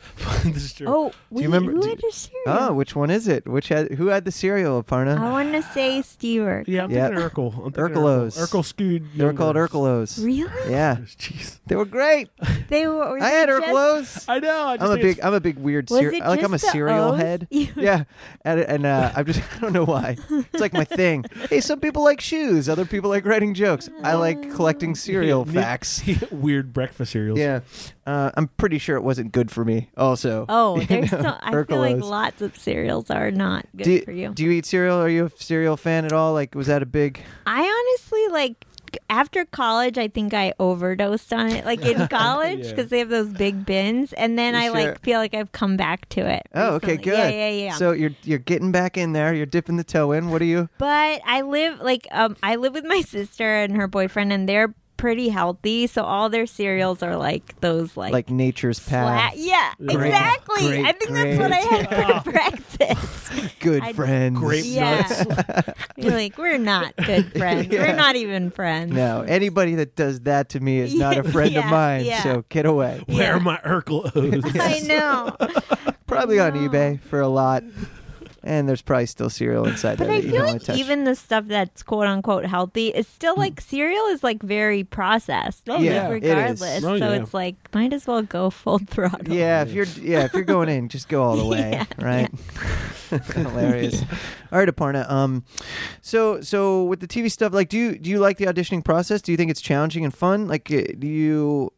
C: this is true.
D: Oh,
B: Do
D: we,
B: you remember-
D: who
B: do-
D: had your cereal?
B: Oh, which one is it? Which had who had the cereal, Aparna?
D: I want to say
B: <laughs>
D: Stever.
C: yeah, I'm
B: yeah.
C: thinking Urkel. I'm thinking
B: Urkelos.
C: Urkel Scood.
B: They were called Urkelos.
D: Really?
B: Yeah,
C: Jeez,
B: they were great.
D: They were. were
B: I
D: they
B: had
D: just-
B: Urkelos.
D: <laughs>
C: I know. I just
B: I'm a
C: think it's
B: big, I'm a big weird,
D: Was
B: cere-
D: it
B: like I'm a
D: just the
B: cereal
D: O's?
B: head.
D: <laughs> You-
B: yeah, and, and uh, I'm just, <laughs> I don't know why. It's like my
D: <laughs>
B: thing. Hey, some people like shoes, other people like writing jokes. I like
D: Oh.
B: collecting cereal facts.
C: <laughs> weird breakfast cereals.
B: Yeah, uh, I'm pretty sure it wasn't good for me. Also,
D: Oh,
B: <laughs> You
D: there's
B: know,
D: so. I feel like
B: Urkelos.
D: lots of cereals are not good
B: do,
D: for you.
B: do you eat cereal? Are you a cereal fan at all? Like, was that a big?
D: I honestly like after college, I think I overdosed on it,
B: <laughs>
D: like in college,
C: Yeah.
D: because they have those big bins, and then I
B: Sure.
D: like feel like I've come back to it.
B: Oh, okay,
D: recently.
B: good.
D: Yeah, yeah, yeah.
B: So you're you're getting back in there. You're dipping the toe in. What are you?
D: but I live like um, I live with my sister and her boyfriend, and they're pretty healthy, so all their cereals are like those like.
B: Like nature's path.
D: flat. Yeah,
C: Great,
D: exactly.
B: great,
D: I think that's what I had for breakfast.
B: Good
D: I'd-
B: friends.
C: Grape
D: Yeah.
C: nuts.
D: You're like, we're not good
C: <laughs>
D: friends.
B: Yeah.
D: We're not even friends.
B: No, anybody that does that to me
D: <laughs>
B: is not a friend of
D: Yeah,
B: mine.
D: yeah.
B: So get away.
C: Where are my Urkel O's?
D: I
B: <laughs>
D: know.
B: Probably on
D: No.
B: eBay for a lot. And there's probably still cereal inside
D: But
B: there
D: I
B: that you
D: feel
B: don't
D: like
B: want to touch. Hmm.
D: even the stuff that's quote unquote healthy is still like cereal is like very processed.
C: Oh,
D: like,
B: It
C: yeah.
B: is.
D: Regardless.
C: Oh,
D: so
C: yeah.
D: it's like might as well go full throttle.
B: yeah, if you're yeah, if you're going in, just go
D: <laughs>
B: all the way,
D: Yeah,
B: right? <laughs>
C: <laughs>
B: Hilarious. All right, Aparna. Um, so so with the TV stuff, like, do you do you like the auditioning process? Do you think it's challenging and fun? Like, uh, do you?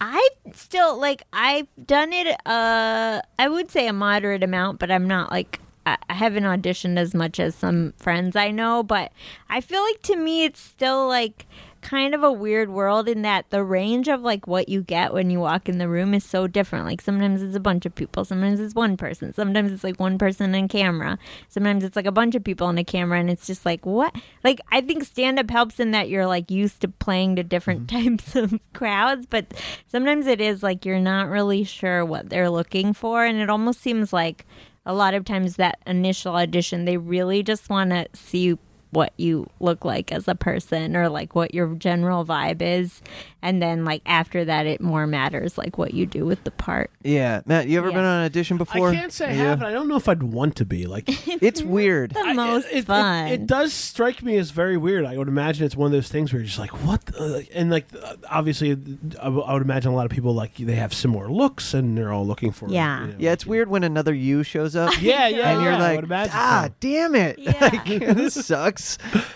D: I still like I've done it uh I would say a moderate amount, but I'm not like I I haven't auditioned as much as some friends I know, but I feel like to me it's still like kind of a weird world in that the range of like what you get when you walk in the room is so different. Like sometimes it's a bunch of people, sometimes it's one person, sometimes it's like one person and camera, sometimes it's like a bunch of people and a camera, and it's just like what? Like I think stand up helps in that you're like used to playing to different types of crowds, but sometimes it is like you're not really sure what they're looking for, and it almost seems like a lot of times that initial audition they really just want to see what you look like as a person or like what your general vibe is and then like after that it more matters like what you do with the part
B: Yeah, Matt, you ever
D: Yeah.
B: been on an audition before?
C: I can't say I
B: Yeah.
C: have, but I don't know if I'd want to be
D: <laughs>
C: like.
B: It's weird.
D: the
C: I-
D: most
C: it, it-
D: fun
C: It, does strike me as very weird. I would imagine it's one of those things where you're just like, what? The? And like, uh, obviously, I w- I would imagine a lot of people like they have similar looks and they're all looking for.
D: Yeah.
C: you know,
B: Yeah, it's
C: like-
B: weird when another you shows up.
C: <laughs> Yeah, yeah,
B: and you're
C: yeah, I
B: like,
C: would imagine
B: ah,
C: so."
B: damn it!
D: Yeah.
B: <laughs> Like, this sucks.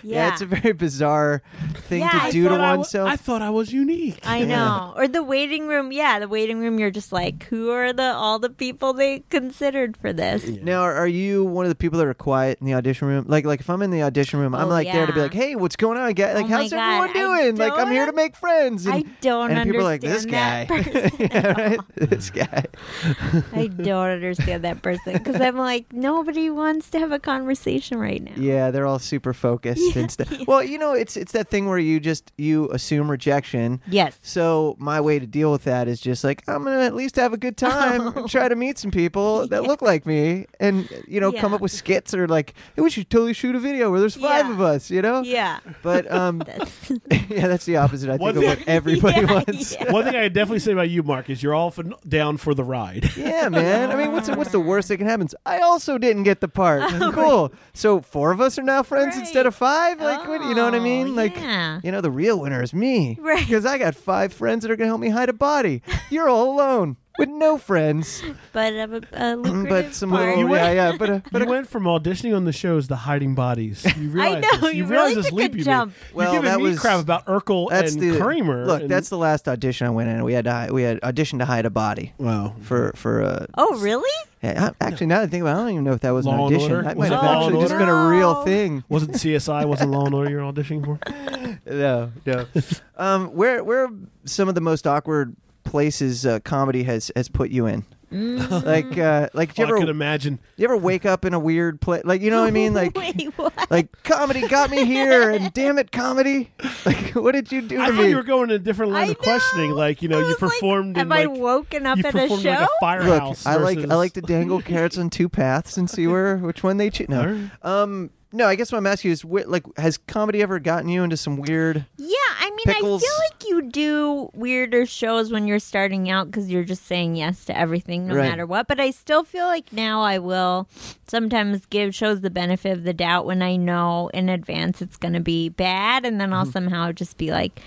D: Yeah.
B: it's a very bizarre thing
D: Yeah,
B: to
D: I
B: do to
C: thought I wa-
B: oneself.
C: I thought I was unique.
D: I know. Or the waiting room. Yeah, the waiting room. You're just like, who are the all the people they considered for this?
B: Now, are, are you one of the people that are quiet in the audition room? Like, like if I'm in the audition room, I'm
D: Oh,
B: like there to be
D: yeah.
B: like, "Hey, what's going on, guys? Like,
D: Oh my
B: how's
D: God,
B: everyone
D: I
B: doing? Like, I'm here to
D: don't-
B: make friends." And,
D: I don't
B: and people are like, "This guy, <laughs>
D: understand that person.
B: yeah, right?
D: <laughs>
B: This guy." <laughs>
D: I don't understand that person because I'm like, nobody wants to have a conversation right now.
B: Yeah, they're all super focused and stuff. Well, you know, it's it's that thing where you just you assume rejection.
D: Yes.
B: So my way to deal with that is just like I'm gonna at least have a good time,
D: <laughs>
B: and try to meet some people that look like me, and you know, come
D: Yeah.
B: up with skits or like, hey, we should totally shoot a video where there's five
D: Yeah.
B: of us, you know. <laughs>
D: Yeah.
B: But um,
D: That's,
B: yeah, that's the opposite. I
C: One
B: think of what
C: thing-
B: everybody
D: <laughs> Yeah,
B: wants.
D: yeah.
C: One thing I definitely say about you, Mark, is you're all fin- down for the <laughs> ride.
B: Yeah, man. I mean, what's the, what's the worst that can happen? I also didn't get the
D: <laughs>
B: part.
D: Oh,
B: cool. So four of us are now friends instead of five. Like, what, you know what I
D: Oh,
B: mean? Like,
D: yeah.
B: you know, the real winner is me,
D: Right.
B: Because I got five friends that are gonna help me hide a body. You're all alone with no
D: <laughs>
B: friends, Mm,
D: but a, a lucrative
B: but some
D: part.
B: little, yeah, yeah.
D: <laughs>
B: But a,
C: But you went from auditioning on the shows to hiding bodies. You realize
D: know,
C: this.
D: you
C: realize
D: really
C: this
D: took a
C: leap you
D: jump.
C: made.
B: Well,
C: you're giving
B: that
C: me
B: was-
C: crap about Urkel
B: that's
C: and
B: the
C: Kramer.
B: Look,
C: and-
B: that's the last audition I went in. We had to, hi- we had auditioned to hide a body
C: wow.
B: for for uh,
D: Oh, really?
B: Yeah, I- actually, now that I think about it, I don't even know if that was an
C: Law and
B: audition.
C: Order?
B: That
C: Was
B: might
C: it
B: have
C: Law and
B: actually just
C: Order?
B: been a real
D: No.
B: thing.
C: Wasn't CSI? Wasn't Law and Order you're auditioning for?
B: No,
C: <laughs>
B: no. um, where where are some of the most awkward places uh, comedy has has put you in?
D: Mm.
B: Like uh, like do
C: Oh,
B: you
C: I could
B: ever
C: imagine.
B: you ever wake up in a weird place? Like you know what I mean? Like
D: <laughs> Wait, what?
B: like comedy got me here, and damn it, comedy! <laughs> Like what did you do
C: I
B: to
C: thought
B: me?
C: you were going in a different line
D: I
C: of questioning.
D: know.
C: Like you know,
D: I
C: you
D: was like,
C: performed in
D: Have I
C: like
D: woken up
C: you
D: at a
C: performed in, like
D: show?
C: a
B: Look,
C: firehouse.
B: I like I
C: versus-
B: like to dangle carrots on two paths and see where which one they choose. No,
C: All right.
B: um, no. I guess what I'm asking you is, wh- like, has comedy ever gotten you into some weird?
D: Yeah, I mean,
B: Pickles.
D: I feel like you do weirder shows when you're starting out because you're just saying yes to everything, no
B: Right.
D: matter what. But I still feel like now I will sometimes give shows the benefit of the doubt when I know in advance it's going to be bad, and then I'll
B: Mm-hmm.
D: somehow just be like,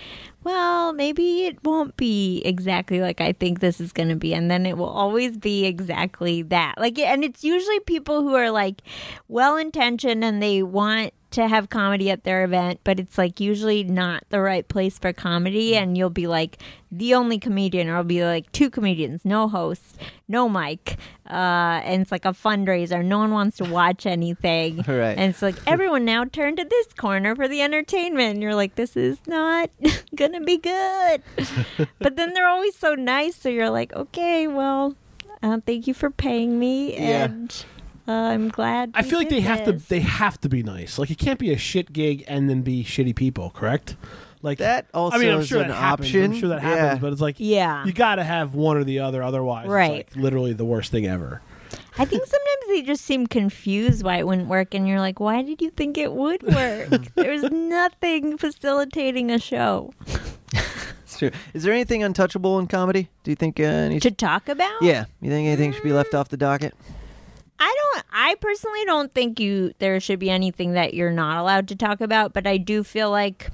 D: well, maybe it won't be exactly like I think this is going to be. And then it will always be exactly that. Like, and it's usually people who are like well intentioned and they want to have comedy at their event, but it's like usually not the right place for
C: Mm.
D: comedy. And you'll be like the only comedian, or it'll be like two comedians, no host, no mic. Uh, and it's like a fundraiser. No one wants to watch anything.
C: <laughs>
B: Right.
D: And it's like everyone now turn to this corner for the entertainment. And you're like, this is not <laughs> going to be
C: <laughs>
D: good. but then they're always so nice. So you're like, okay, well, uh, thank you for paying me.
B: Yeah.
D: And. Uh, I'm glad.
C: I
D: we
C: feel like
D: did
C: they have to
D: this.
C: they have to be nice. Like it can't be a shit gig and then be shitty people, correct? Like
B: That also
C: I mean, I'm
B: is
C: sure
B: an
C: that happens.
B: option.
C: I'm sure that
B: Yeah.
C: happens, but it's like
D: Yeah.
C: you got to have one or the other. Otherwise,
D: Right.
C: it's like literally the worst thing ever.
D: I think sometimes they just seem confused why it wouldn't work, and you're like, why did you think it would work? There's nothing facilitating a show
B: It's true. Is there anything untouchable in comedy? Do you think uh, any?
D: to talk about.
B: yeah, you think anything should be left off the docket?
D: I don't. I personally don't think you there should be anything that you're not allowed to talk about, but I do feel like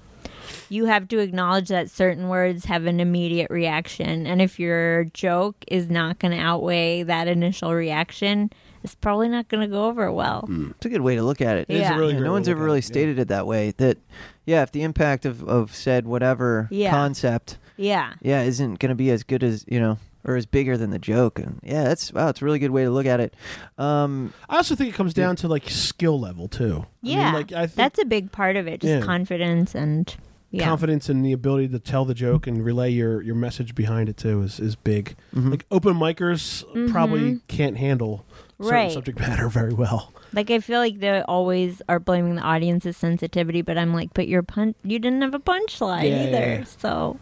D: you have to acknowledge that certain words have an immediate reaction, and if your joke is not going to outweigh that initial reaction, it's probably not going to go over well.
B: It's a good way to look at it.
D: It is a Yeah. really
B: Yeah,
C: great
B: no
C: way
B: one's
C: to
B: ever
C: look at
B: really
C: it, yeah.
B: stated it that way. That yeah, if the impact of of said whatever
D: Yeah.
B: concept
D: Yeah.
B: yeah isn't going to be as good as you know or is bigger than the joke and yeah that's wow it's a really good way to look at it um
C: I also think it comes down to like skill level too. I mean,
D: Yeah,
C: like I think
D: that's a big part of it. Just
C: Yeah.
D: confidence and yeah,
C: confidence and the ability to tell the joke and relay your, your message behind it too is, is big.
B: Mm-hmm.
C: Like open micers probably can't handle certain
D: Mm-hmm. Right.
C: subject <laughs> matter very well.
D: like I feel like they always are blaming the audience's sensitivity, but I'm like, but your punch, you didn't have a punchline
C: Yeah, yeah,
D: either,
C: yeah.
D: so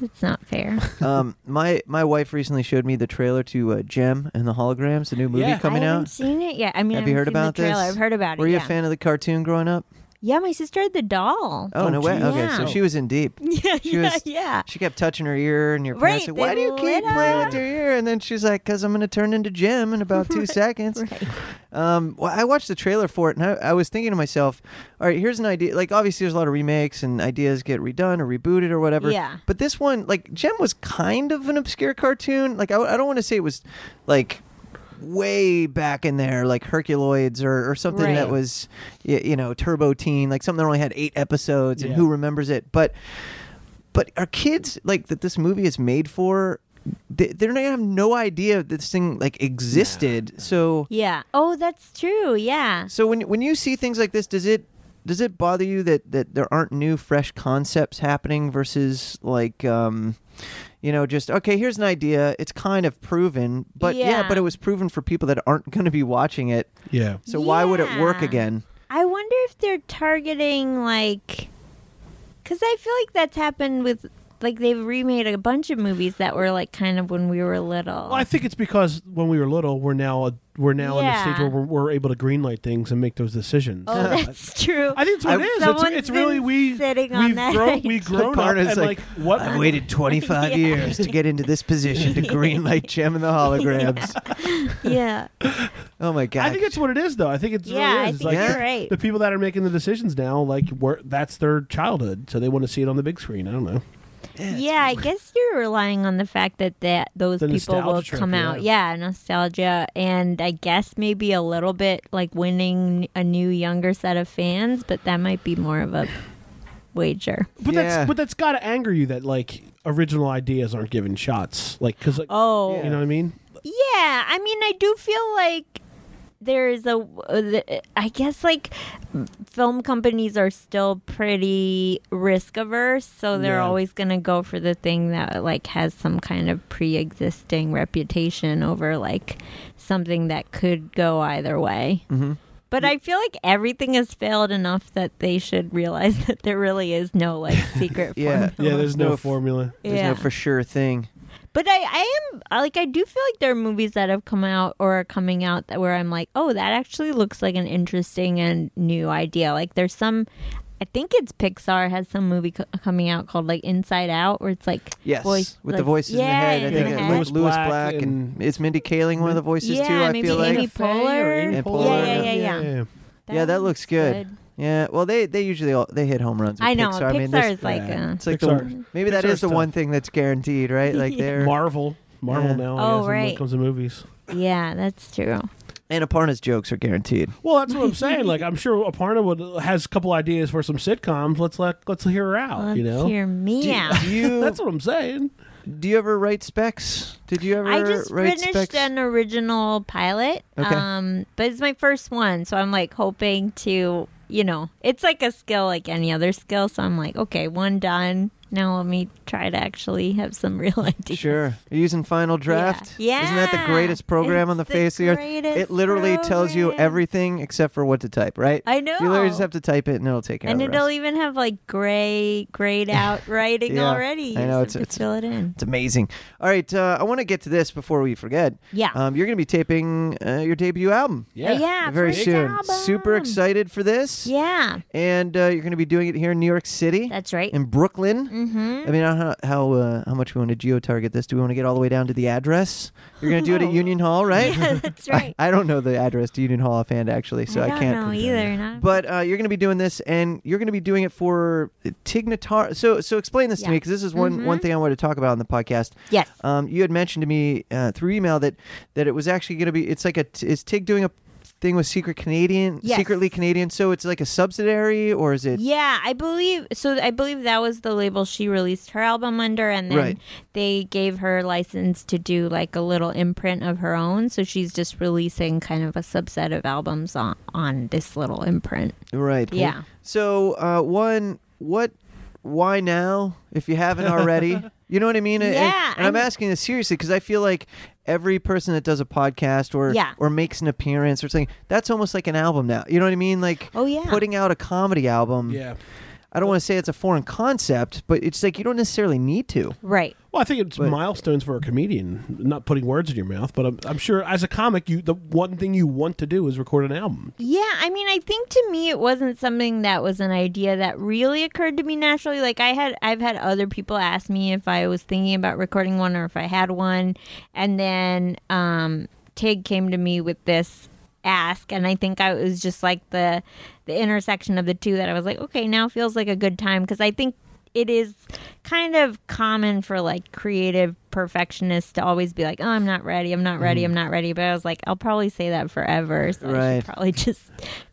D: it's not fair.
B: um <laughs> my my wife recently showed me the trailer to uh, Gem and the Holograms the new movie
C: Yeah.
B: coming
D: I haven't
B: out
D: seen it yet. I mean,
B: have
D: I
B: you heard
D: haven't seen the
B: about this
D: trailer. I've heard about
B: were
D: it.
B: you
D: yeah.
B: a fan of the cartoon growing up
D: Yeah, my sister had the doll.
B: oh,
C: Oh,
B: no way
C: geez.
B: okay so
D: Yeah.
B: she was in deep
D: <laughs> yeah,
B: she
D: yeah,
B: was-
D: yeah.
B: she kept touching her ear and your parents
D: Right,
B: said
D: they
B: why do you
D: lit
B: keep
D: up.
B: playing with your ear and then she's like because I'm gonna turn into Gem in about two seconds
D: <laughs> Right.
B: Um, well, I watched the trailer for it, and I, I was thinking to myself, all right, here's an idea. Like, obviously, there's a lot of remakes, and ideas get redone or rebooted or whatever.
D: Yeah.
B: But this one, like, Gem was kind of an obscure cartoon. Like, I, I don't want to say it was, like, way back in there, like Herculoids or, or something
D: Right.
B: that was, y- you know, Turbo Teen, like something that only had eight episodes, and
C: Yeah.
B: who remembers it? But but are kids like that this movie is made for they, they're gonna have no idea this thing like existed so
D: Yeah. Oh, that's true. Yeah.
B: so when when you see things like this does it does it bother you that that there aren't new fresh concepts happening versus like um you know just okay here's an idea it's kind of proven but yeah,
D: Yeah.
B: but it was proven for people that aren't going to be watching it
C: Yeah.
B: so why would it work
D: Yeah.
B: again
D: I wonder if they're targeting like, because I feel like that's happened with like they've remade a bunch of movies that were like kind of when we were little.
C: Well, I think it's because when we were little, we're now we're now in a
D: Yeah.
C: stage where we're, we're able to greenlight things and make those decisions.
D: oh, <laughs> that's true.
C: I think it's what
B: I-
C: it is. It's,
D: Someone's
C: it's really
D: been
C: we
D: sitting on
C: we've
D: that <laughs>
C: grown we <laughs>
D: idea.
C: grown up
B: Parna's
C: and
B: like,
C: like, what
B: i waited 25
D: <laughs> Yeah.
B: years to get into this position
D: <laughs>
B: to greenlight gem and the holograms
D: yeah,
B: oh my god
C: I think that's what it is, though. I think it's
D: Yeah,
C: really
D: I
C: is. It's
D: think
C: like,
D: you're right.
C: The people that are making the decisions now, like, were, that's their childhood, so they want to see it on the big screen. I don't know.
D: yeah. I guess you're relying on the fact that that those
C: The
D: people will
C: nostalgia trip,
D: come out. Yeah. nostalgia, and I guess maybe a little bit like winning a new younger set of fans, but that might be more of a wager.
C: But
B: Yeah.
C: that's but that's got to anger you that like original ideas aren't given shots, like because like,
D: Oh,
C: you know what I mean.
D: Yeah, I mean, I do feel like there's a. uh, the- I guess like film companies are still pretty risk averse, so they're
C: Yeah.
D: always going to go for the thing that like has some kind of pre-existing reputation over like something that could go either way. But I feel like everything has failed enough that they should realize <laughs> that there really is no like secret
B: Yeah.
D: yeah.
C: Yeah, there's no,
B: No f-
C: formula.
B: there's
D: Yeah.
B: no for sure thing
D: But I, I am I- like I do feel like there are movies that have come out or are coming out that where I'm like, oh, that actually looks like an interesting and new idea. Like there's some, I think it's Pixar has some movie co- coming out called like Inside Out, where it's like
B: Yes,
D: voice-
B: with the
D: like-
B: voices
D: yeah,
B: in the head. I
D: in
B: think
D: the
B: it-
D: head.
B: Louis, Louis Black, and, is Mindy Kaling one of the voices
D: yeah,
B: too? I
D: maybe
B: feel like.
D: Amy Poehler.
B: Amy Poehler.
D: Yeah, yeah, yeah, yeah.
B: yeah, that looks good. Yeah, well, they they usually all, they hit home runs. With
D: I know
B: Pixar,
D: Pixar,
B: I mean, there's-
D: is like
C: yeah.
D: a,
B: it's like the,
C: Pixar-
B: maybe that
C: Pixar's
B: is the
C: tough.
B: one thing that's guaranteed,
D: <laughs>
B: right? Like they're
C: Marvel, Marvel
B: Yeah.
C: now.
D: Oh,
C: I guess, when
D: right.
C: it comes to movies.
D: yeah, uh, that's true.
B: And Aparna's jokes are
D: <laughs>
B: guaranteed.
C: Well, that's what I'm saying. Like, I'm sure Aparna would has a couple ideas for some sitcoms. Let's let let's hear her out.
D: Let's
C: you know,
D: hear me out.
B: Do you
C: that's what I'm saying.
B: do you ever write specs? Did you ever
D: I just
B: write
D: finished
B: specs?
D: an original pilot.
B: Okay.
D: Um, but it's my first one, so I'm like hoping to, you know, it's like a skill like any other skill. So I'm like, okay, one done. Now let me try to actually have some <laughs> real ideas.
B: Sure. You're using Final Draft?
D: Yeah.
B: Isn't that the
D: Yeah.
B: greatest program on the
D: It's the
B: face of the earth?
D: greatest
B: It literally tells you
D: program.
B: everything except for what to type, right?
D: I
B: You literally
D: know.
B: just have to type it and it'll take care
D: And
B: of the
D: it'll
B: rest.
D: even have like gray grayed out
B: <laughs>
D: writing
B: Yeah.
D: already. You
B: I know, it's-
D: just have to
B: it's-
D: fill it in.
B: It's amazing. All right, uh, I want to get to this before we forget.
D: Yeah.
B: Um, you're going to be taping uh, your debut album
D: Yeah, yeah
B: very
D: first
B: soon.
D: album.
B: Super excited for this.
D: um. Yeah,
B: And uh, you're going to be doing it here in New York City.
D: that's right.
B: in Brooklyn. Mm-hmm. I mean, I don't know how how, uh, how much we want to geo target this. Do we want to get all the way down to the address? You're going to
D: <laughs>
B: do it at Union Hall, right?
D: Yeah, <laughs> that's right.
B: <laughs> I, I don't know the address to Union Hall offhand, actually, so I,
D: don't
B: can't.
D: know either. Not
B: But uh, you're going to be doing this, and you're going to be doing it for Tignatar. So, so explain this to
D: Yeah. Mm-hmm.
B: me because this is one one thing I wanted to talk about on the podcast.
D: yes.
B: Um, you had mentioned to me uh, through email that that it was actually going to be. It's like a is Tig doing a thing with secret Canadian,
D: Yes.
B: secretly Canadian. So it's like a subsidiary, or is it?
D: Yeah, I believe so. I believe that was the label she released her album under, and then
B: Right.
D: they gave her license to do like a little imprint of her own. So she's just releasing kind of a subset of albums on, on this little imprint.
B: Right.
D: Yeah.
B: So, uh, one, what, why now? If you haven't
D: <laughs>
B: already, you know what I mean. And-
D: Yeah,
B: And I'm
D: I'm-
B: asking this seriously because I feel like every person that does a podcast or
D: Yeah.
B: or makes an appearance or something, that's almost like an album now. You know what I mean? Like,
D: Oh, yeah.
B: putting out a comedy album.
C: Yeah.
B: I don't want to say it's a foreign concept, but it's like you don't necessarily need to.
D: Right.
C: Well, I think it's
B: But-
C: milestones for a comedian. Not putting words in your mouth, but I'm, I'm sure as a comic, you the one thing you want to do is record an album.
D: Yeah, I mean, I think to me it wasn't something that was an idea that really occurred to me naturally. Like I had, I've had other people ask me if I was thinking about recording one or if I had one, and then um, Tig came to me with this ask, and I think I it was just like the the intersection of the two that I was like, okay, now feels like a good time because I think it is kind of common for like creative perfectionists to always be like, "Oh, I'm not ready. I'm not ready. I'm not ready." But I was like, I'll probably say that forever. So I
B: Right.
D: should probably <laughs> just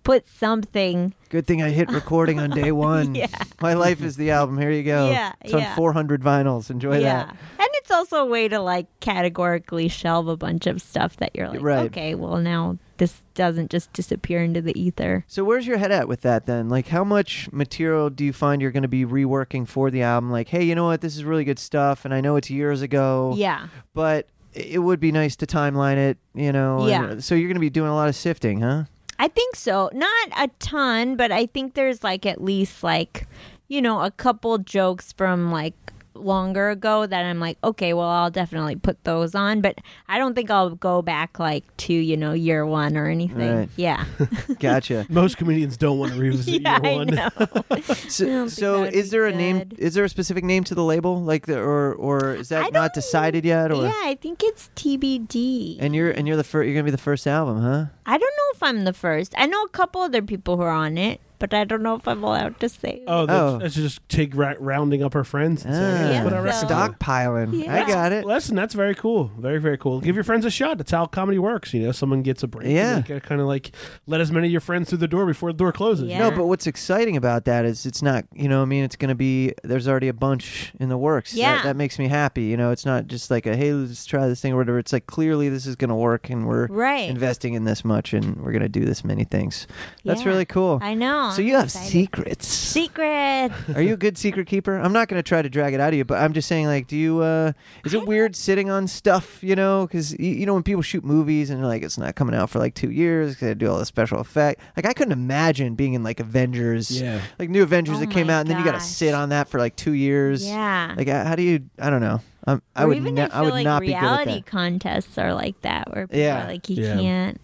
D: put something.
B: Good thing I hit recording on
D: <laughs>
B: day one.
D: Yeah.
B: My life is the album. Here you go.
D: Yeah,
B: It's on
D: yeah.
B: 400 vinyls. Enjoy
D: yeah.
B: that.
D: And it's also a way to like categorically shelve a bunch of stuff that you're like,
B: Right.
D: "Okay, well now this doesn't just disappear into the ether."
B: So where's your head at with that then? Like how much material do you find you're going to be reworking for the album? Like, hey, you know what? This is really good stuff and I know it's years ago,
D: Yeah.
B: but it would be nice to timeline it, you know. and-
D: Yeah.
B: so you're going to be doing a lot of sifting, huh?
D: I think so. Not a ton, but I think there's like at least like, you know, a couple jokes from like longer ago that I'm like, okay, well, I'll definitely put those on, but I don't think I'll go back like to, you know, year one or anything.
B: Right.
C: <laughs>
D: Yeah. <laughs>
B: Gotcha.
C: Most comedians don't want to revisit
D: yeah,
C: year
D: I
C: one.
D: know.
B: So,
D: think that
B: so
D: would
B: is
D: be
B: there a name
D: good.
B: is there a specific name to the label? Like the, or or is
D: I
B: that not
D: don't-
B: decided yet or
D: yeah, I think it's TBD.
B: And you're and you're the first you're going to be the first album, huh?
D: I don't know if I'm the first. I know a couple other people who are on it, but I don't know if I'm allowed to say.
C: Oh, that's,
B: Oh.
C: that's just Tig ra- rounding up her friends. And saying,
B: Ah,
C: "That's
D: Yeah,
C: what I
D: so-
C: reckon."
B: Stockpiling. I
D: Yeah.
B: got it.
C: Listen, that's very cool. Very, very cool. Give your friends a shot. That's how comedy works. You know, someone gets a break.
B: Yeah.
C: Kind of like let as many of your friends through the door before the door closes.
D: Yeah.
B: No, but what's exciting about that is it's not, you know, what I mean, it's going to be, there's already a bunch in the works. That-
D: Yeah.
B: That, makes me happy. You know, it's not just like a, hey, let's try this thing or whatever. It's like, clearly this is going to work and we're
D: Right.
B: investing in this much and we're going to do this many things. That's
D: Yeah.
B: really cool.
D: I know.
B: so
D: I'm
B: you have
D: excited.
B: secrets.
D: secrets.
B: Are you a good secret keeper? I'm not going to try to drag it out of you, but I'm just saying, like, do you, uh, is it weird sitting on stuff, you know? Because, you, you know, when people shoot movies and they're like, it's not coming out for like two years because they do all the special effect. Like, I couldn't imagine being in like Avengers,
C: Yeah.
B: like new Avengers
D: Oh
B: that came
D: my
B: out, and then you got to
D: gosh.
B: sit on that for like two years.
D: Yeah.
B: Like, I- how do you, I don't know. Um, I
D: or
B: would,
D: even
B: ne-
D: I feel
B: I would
D: like
B: not be good at
D: reality
B: that.
D: contests are like that, where people
B: Yeah.
D: are like, you
C: Yeah.
D: can't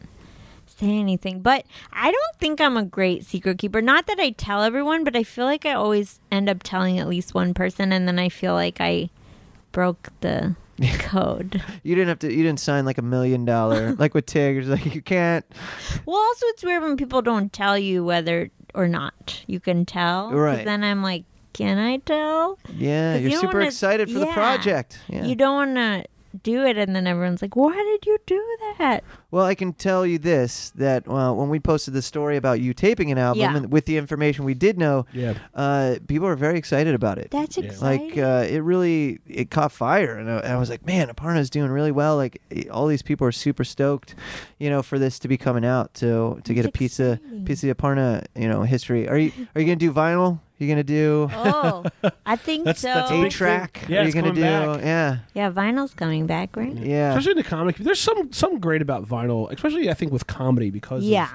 D: say anything. But I don't think I'm a great secret keeper. Not that I tell everyone, but I feel like I always end up telling at least one person, and then I feel like I broke
B: <laughs>
D: the code.
B: You didn't have to, you didn't sign like a million
D: <laughs>
B: dollar, like with Tig, it's like, you can't,
D: Well, also it's weird when people don't tell you whether or not you can tell. 'cause
B: Right.
D: Then I'm like, can I tell?
B: yeah,
D: 'Cause
B: you're
D: you don't
B: super
D: wanna-
B: excited for the
D: yeah.
B: project. Yeah.
D: You don't want to do it, and then everyone's like, "Why did you do that?"
B: Well, I can tell you this that uh, when we posted the story about you taping an album
D: Yeah.
B: and with the information we did know,
C: Yeah.
B: uh, people are very excited about it.
D: That's exciting.
B: like uh, it really it caught fire and I, and I was like man aparna's doing really well like eh, all these people are super stoked you know for this to be coming out to to get a
D: That's
B: piece
D: exciting.
B: of piece of aparna you know history are you are you gonna do vinyl you gonna do
D: oh,
B: <laughs>
D: I think
C: That's-
D: so.
C: that's
B: eight
C: big
B: track
C: Yeah,
B: are you
C: it's
B: gonna do
C: coming back.
B: yeah
D: yeah, vinyl's coming back, right?
B: yeah
C: Especially in the comic, there's some some great about vinyl, especially I think with comedy because of-
D: Yeah.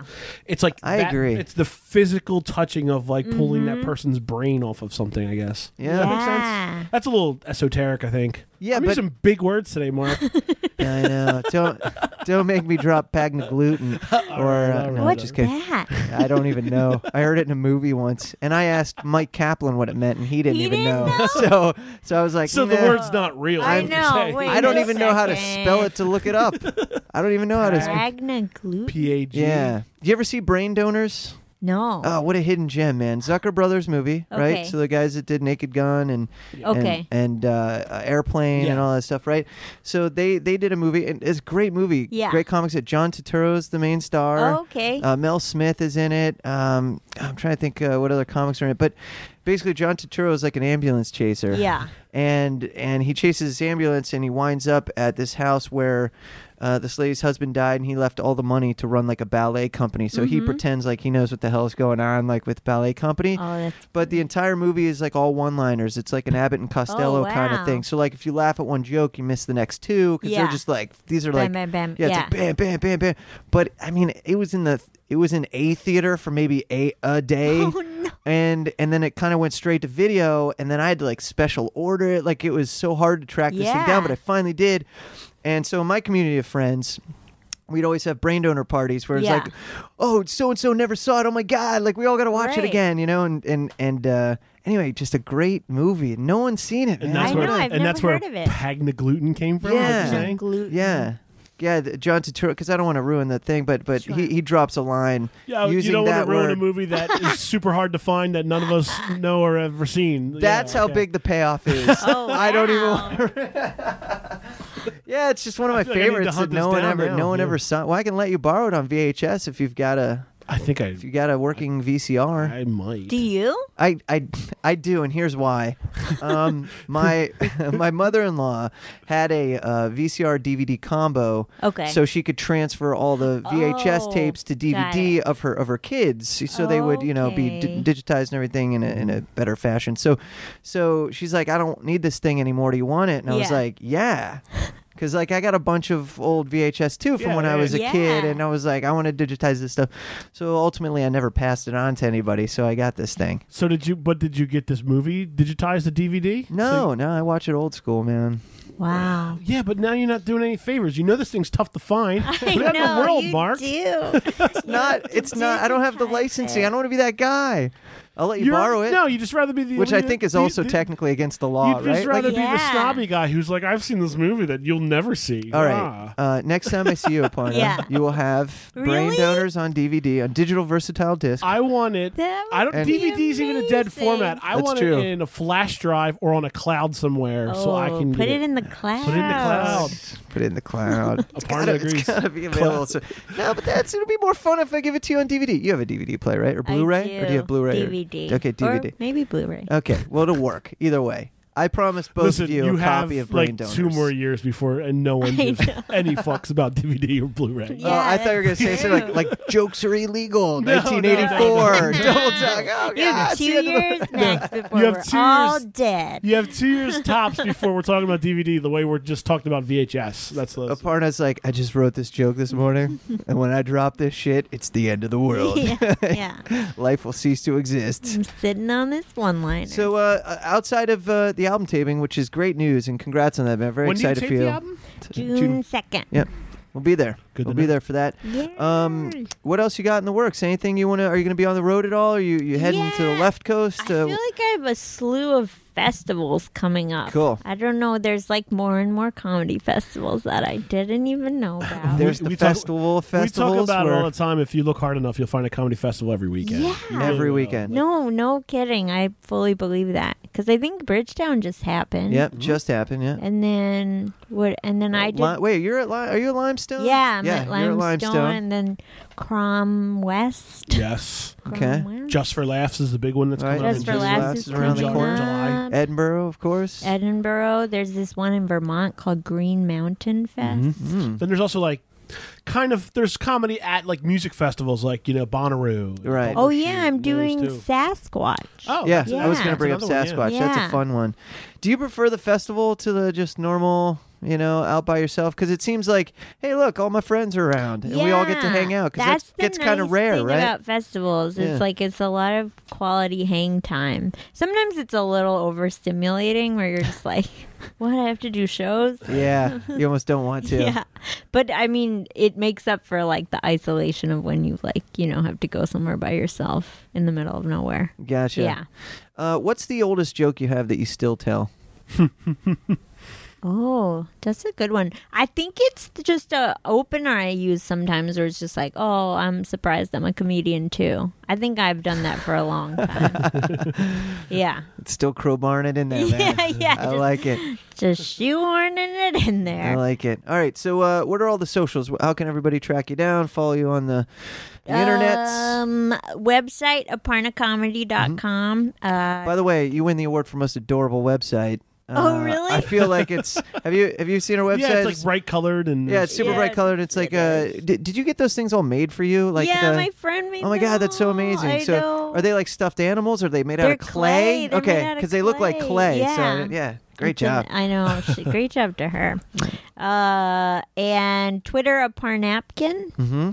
C: it's like
B: I
C: that-
B: agree.
C: It's the physical touching of like pulling
D: Mm-hmm.
C: that person's brain off of something. I guess
B: yeah
D: Yeah.
C: that's a little esoteric. I think.
B: Yeah,
C: I'm
B: but-
C: using big words
B: <laughs>
C: today, Mark.
B: I know. Don't don't make me drop Pagna
C: <laughs>
B: gluten or uh, no,
D: What's
B: just kidding.
D: that?
B: <laughs> I don't even
D: <laughs>
B: know. I heard it in a movie once, and I asked Mike Kaplan what it meant, and he didn't
D: He
B: even
D: didn't
B: know. <laughs> So so I was like,
C: so the
B: "Nah."
C: word's not real.
D: I
C: is what you're
D: know,
C: saying.
D: wait.
B: I don't
D: a
B: even know how to
D: second.
B: spell it to look it up. I don't even know how to. Sp-
D: Ragna glue?
C: PAG.
B: yeah. Do you ever see Brain Donors?
D: no.
B: Oh, what a hidden gem, man! Zucker Brothers movie, right?
D: Okay.
B: So the guys that did Naked Gun and and-
D: Okay.
B: and, uh, Airplane and
C: Yeah.
B: all that stuff, right? So they they did a movie, and it's a great movie.
D: Yeah. Oh,
B: Great comics. That John Turturro's the main star.
D: okay.
B: Uh, Mel Smith is in it. Um, I'm trying to think uh, what other comics are in it, but basically John Turturro is like an ambulance chaser.
D: Yeah.
B: And and he chases his ambulance and he winds up at this house where uh, this lady's husband died and he left all the money to run like a ballet company. So he pretends like he knows what the hell is going on like with ballet company.
D: oh, that's
B: But the entire movie is like all one-liners. It's like an Abbott and Costello kind of
D: Oh, wow.
B: thing. So like if you laugh at one joke, you miss the next two because
D: Yeah.
B: they're just like these are
D: Bam,
B: like
D: bam, bam.
B: yeah, it's
D: Yeah.
B: like bam bam bam bam. But I mean, it was in the it was in a theater for maybe a a day.
D: Oh, no.
B: And and then it kind of went straight to video, and then I had to like special order it. Like it was so hard to track this thing
D: Yeah.
B: down, but I finally did. And so my community of friends, we'd always have brain donor parties where it's
D: Yeah.
B: like, oh, so and so never saw it. Oh my god! Like we all got to watch it
D: Right.
B: again, you know. And and and uh, anyway, just a great movie. No one's seen it. man.
C: And that's
D: I
C: where
D: know, I've
C: and that's
D: never
C: where
D: heard of it.
C: Pagna gluten came from. is what you're
B: Yeah.
C: saying?
D: glue.
B: Yeah. Yeah, th- John Turturro, because I don't want to ruin the thing, but but he, he drops a line
C: Yeah,
B: using
C: you don't
B: that
C: want to ruin
B: word.
C: a movie that
B: <laughs>
C: is super hard to find that none of us know or have ever seen.
B: That's
C: Yeah,
B: how
C: okay.
B: big the
C: <laughs>
B: payoff is.
D: Oh,
B: <laughs> I don't even.
D: wow.
B: want to... yeah, it's just one of my
C: feel like I need to
B: favorites that
C: hunt
B: no
C: this
B: one
C: down
B: ever,
C: now.
B: no one
C: Yeah.
B: ever saw. Well, I can let you borrow it on VHS if you've got a
C: I think I,
B: if you got a working VCR.
C: I might.
D: Do you?
B: I I I do, and here's why.
C: <laughs>
B: Um, my <laughs> my mother-in-law had a uh, VCR DVD combo.
D: Okay.
B: so she could transfer all the VHS
D: Oh,
B: tapes to
D: got
B: DVD of her of her kids, so they would you know be d-
D: Okay.
B: digitized and everything in a, in a better fashion. So, so she's like, I don't need this thing anymore. Do you want it? And I was
D: Yeah.
B: like,
D: <laughs>
B: Yeah. Cause like I got a bunch of old VHS too from
C: Yeah,
B: when I
C: yeah.
B: was a kid,
D: Yeah.
B: and I was like, I want to digitize this stuff. So ultimately, I never passed it on to anybody. So I got this thing.
C: So did you? But did you get this movie digitized the DVD?
B: No,
C: So-
B: no, I watch it old school, man.
D: Wow.
C: yeah, but now you're not doing any favors. You know this thing's tough
B: <laughs>
C: to find. Put
D: I
C: it out in
D: know
C: the world,
D: you
C: Mark. <laughs>
D: do. <laughs>
B: It's not. It's not. I don't have the
D: digitize
B: licensing.
D: it.
B: I don't want to be that guy. I'll let you
C: You're-
B: borrow it.
C: No, you just rather be the
B: which I
C: you-
B: think is
C: you-
B: also
C: you-
B: technically against the law,
C: You'd
B: right?
C: just rather
B: Like-
C: be the
D: Yeah.
C: snobby guy who's like, I've seen this movie that you'll never see.
B: all
C: Ah.
B: right. Uh, next time I see you, Aparna,
D: <laughs> Yeah.
B: you will have brain
D: Really?
B: donors on DVD on digital versatile disc.
C: I want it.
D: That
C: I don't.
B: would be
C: DVD's even a dead
D: amazing.
C: format. I
B: That's
C: want
B: true.
C: it in a flash drive or on a cloud somewhere, so I
D: Oh,
C: can
D: put
C: get
D: it in the cloud.
C: Put it in the cloud.
B: Put it in the
C: <laughs>
B: cloud. it's
C: Aparna
B: gotta, it's
C: agrees.
B: gotta be available. So, no, but that's it'll be more fun if I give it to you on DVD. You have a DVD player, right, or
D: I
B: Blu-ray, or do you have Blu-ray? or-
D: DVD.
B: Okay, DVD.
D: Or maybe Blu-ray.
B: Okay, well, it'll work either way. I promise both
C: Listen,
B: of you, a
C: have
B: copy of Brain
C: like
B: Donors.
C: two more years before, and
D: <laughs>
C: no one gives any fucks about DVD or Blu-ray.
B: Oh, I thought you were gonna
D: that's
B: say something
D: true.
B: like like jokes are illegal.
C: <laughs> No, no, no, no,
D: <laughs>
B: 1984,
C: no.
B: double talk. Oh
D: You have
B: God,
D: two
B: see you at the-
D: years max before
C: You have
D: we're
C: two
D: all
C: years.
D: dead.
C: You have two
D: <laughs>
C: years tops before we're talking about DVD. The way we're just talking about VHS. That's the.
B: Aparna's like, I just wrote this joke this
D: <laughs>
B: morning, and when I drop this shit, it's the end of the world.
D: yeah, Mm-hmm. yeah.
B: Life will cease to exist.
D: I'm sitting on this one liner.
B: So, uh, outside of uh, the album taping, which is great news, and congrats on that, man. Very
C: when do you
B: excited
C: tape
B: for you.
C: the album?
B: T-
D: June second.
B: Yep, we'll be there.
C: Good
B: We'll
C: to
B: be
C: know.
B: there for that. Um,
D: Yay.
B: what else you got in the works? Anything you want to? Are you going to be on the road at all? Are you you heading to the
D: Yeah,
B: left coast? Uh,
D: I feel like I have a slew of festivals coming up.
B: Cool.
D: I don't know. There's like more and more comedy festivals that I didn't even know about.
B: there's
C: We-
B: the
C: we talk-
B: festival of
C: We
B: festivals.
C: talk about it
B: where
C: all the time. If you look hard enough, you'll find a comedy festival every weekend.
D: Yeah.
C: You
B: every
C: will.
B: weekend.
D: no, no kidding. I fully believe that because I think Bridgetown just happened.
B: Yep, just happened. Yeah.
D: And then what? And then I did.
B: Li- wait, you're at Li- are you at Limestone?
D: yeah, I'm at
B: You're
D: Limestone,
B: at Limestone.
D: and then Crom West.
C: Yes.
D: Crom
B: Okay.
D: West.
C: Just for laughs is the big one that's
B: All right.
C: coming up.
D: Just
C: in
D: for
B: Just
C: July.
D: laughs is
B: Laughs around the
D: coming
B: corner.
C: July.
D: up.
B: Edinburgh, of course.
D: Edinburgh. There's this one in Vermont called Green Mountain Fest.
B: Mm.
C: Mm-hmm. Then there's also like kind of there's comedy at like music festivals like you know Bonnaroo. and
B: Right.
D: Oh
C: Bumbershoot,
D: yeah, I'm
C: and those
D: doing
C: too.
D: Sasquatch.
C: Oh,
B: yeah,
D: that's-
B: I was going to
D: that's
B: bring up
C: another
B: Sasquatch.
C: one,
D: yeah.
B: That's a
D: Yeah.
B: fun one. Do you prefer the festival to the just normal, you know, out by yourself? Because it seems like, hey, look, all my friends are around, and we all get to
D: Yeah,
B: hang out. Because that
D: the
B: gets kind of
D: nice
B: rare,
D: thing
B: right?
D: About festivals,
B: Yeah.
D: it's like it's a lot of quality hang time. Sometimes it's a little overstimulating where you're just like, <laughs> "What? I have to do shows."
B: <laughs> yeah, you almost don't want to.
D: <laughs> Yeah, but I mean, it makes up for like the isolation of when you like you know have to go somewhere by yourself in the middle of nowhere.
B: Gotcha.
D: Yeah.
B: Uh, what's the oldest joke you have that you still tell?
D: Oh, that's a good one. I think it's just a opener I use sometimes, where it's just like, "Oh, I'm surprised I'm a comedian too." I think I've done that for a long time.
B: <laughs>
D: yeah,
B: It's still crowbarring it in there, man.
D: <laughs> yeah, yeah.
B: I
D: just,
B: like it.
D: just shoehorning it in
B: I
D: there.
B: like it. All right. So, uh, what are all the socials? How can everybody track you down, follow you on the, the internets? Mm-hmm.
D: Um, website aparnacomedy.com. Uh,
B: By the way, you win the award from most adorable website.
D: <laughs>
B: Uh,
D: Oh, really?
B: I feel
D: <laughs>
B: like it's. Have you have you seen our website?
C: Yeah, it's like bright colored and
B: Yeah, it's super
D: Yeah,
B: bright colored. It's like,
D: it
B: uh,
D: is.
B: did, did you get those things all made for you? Like,
D: yeah,
B: the,
D: my friend made
B: oh my god, that's so
D: them.
B: amazing.
D: I
B: so,
D: know.
B: are they like stuffed animals? Or are they made out
D: They're
B: of clay?
D: clay. They're made
B: okay,
D: out of
B: they look like clay.
D: clay. Yeah.
B: So, yeah, great
D: It's an-
B: job.
D: I know.
B: <laughs>
D: She, great job to her. Uh, and Twitter, a Parnapkin.
B: Mm-hmm.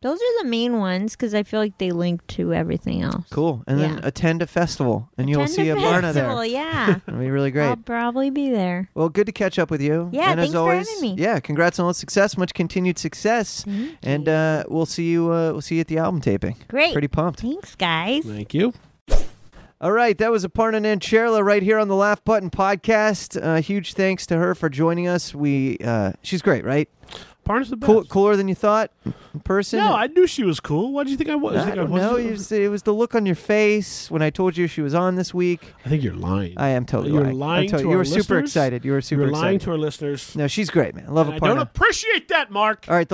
D: Those are the main ones because I feel like they link to everything else.
B: Cool. And then
D: Yeah.
B: attend a festival, and you'll
D: Attend
B: see
D: the
B: a Barna
D: festival,
B: there.
D: Yeah.
B: It'll be really <laughs> great.
D: I'll probably be there.
B: Well, good to catch up with you.
D: Yeah,
B: and
D: thanks
B: as
D: for
B: always,
D: having me.
B: yeah, congrats on all the success, much continued success, and uh, we'll see you. Uh, we'll see you at the album taping.
D: Great.
B: Pretty pumped.
D: Thanks, guys.
C: Thank you.
B: All right, that was Aparna Nancherla right here on the Laugh Button podcast. Uh, huge thanks to her for joining us. We uh, she's great, right?
C: Parnas the best.
B: Cool, cooler than you thought in person.
C: No, I knew she was cool. Why do you think I was? You
B: I
C: think
B: don't
C: was?
B: know. It was, it was the look on your face when I told you she was on this week.
C: I think you're lying.
B: I am totally
C: You're
B: lying. I'm
C: lying
B: totally-
C: to
B: you
C: our
B: were super
C: listeners?
B: excited. You were super
C: you're lying
B: excited.
C: to our listeners.
B: no, she's great, man. I love
C: And I
B: Aparna.
C: don't appreciate that, Mark.
B: All right,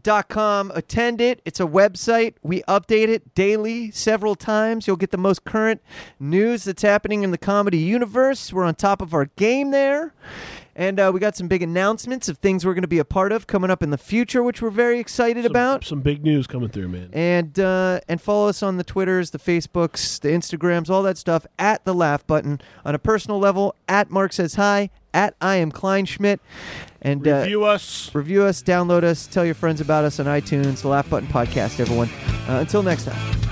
B: thelaughbutton.com. Attend it. It's a website. We update it daily, several times. You'll get the most current news that's happening in the comedy universe. We're on top of our game there. And uh, we got some big announcements of things we're going to be a part of coming up in the future, which we're very excited
C: Some-
B: about.
C: some big news coming through, man.
B: And uh, and follow us on the Twitters, the Facebooks, the Instagrams, all that stuff at the Laugh Button. On a personal level, at Mark Says Hi, at I Am Kleinschmidt. And uh,
C: Review us.
B: review us, download us, tell your friends about us on iTunes, the Laugh Button Podcast, everyone. Uh, until next time.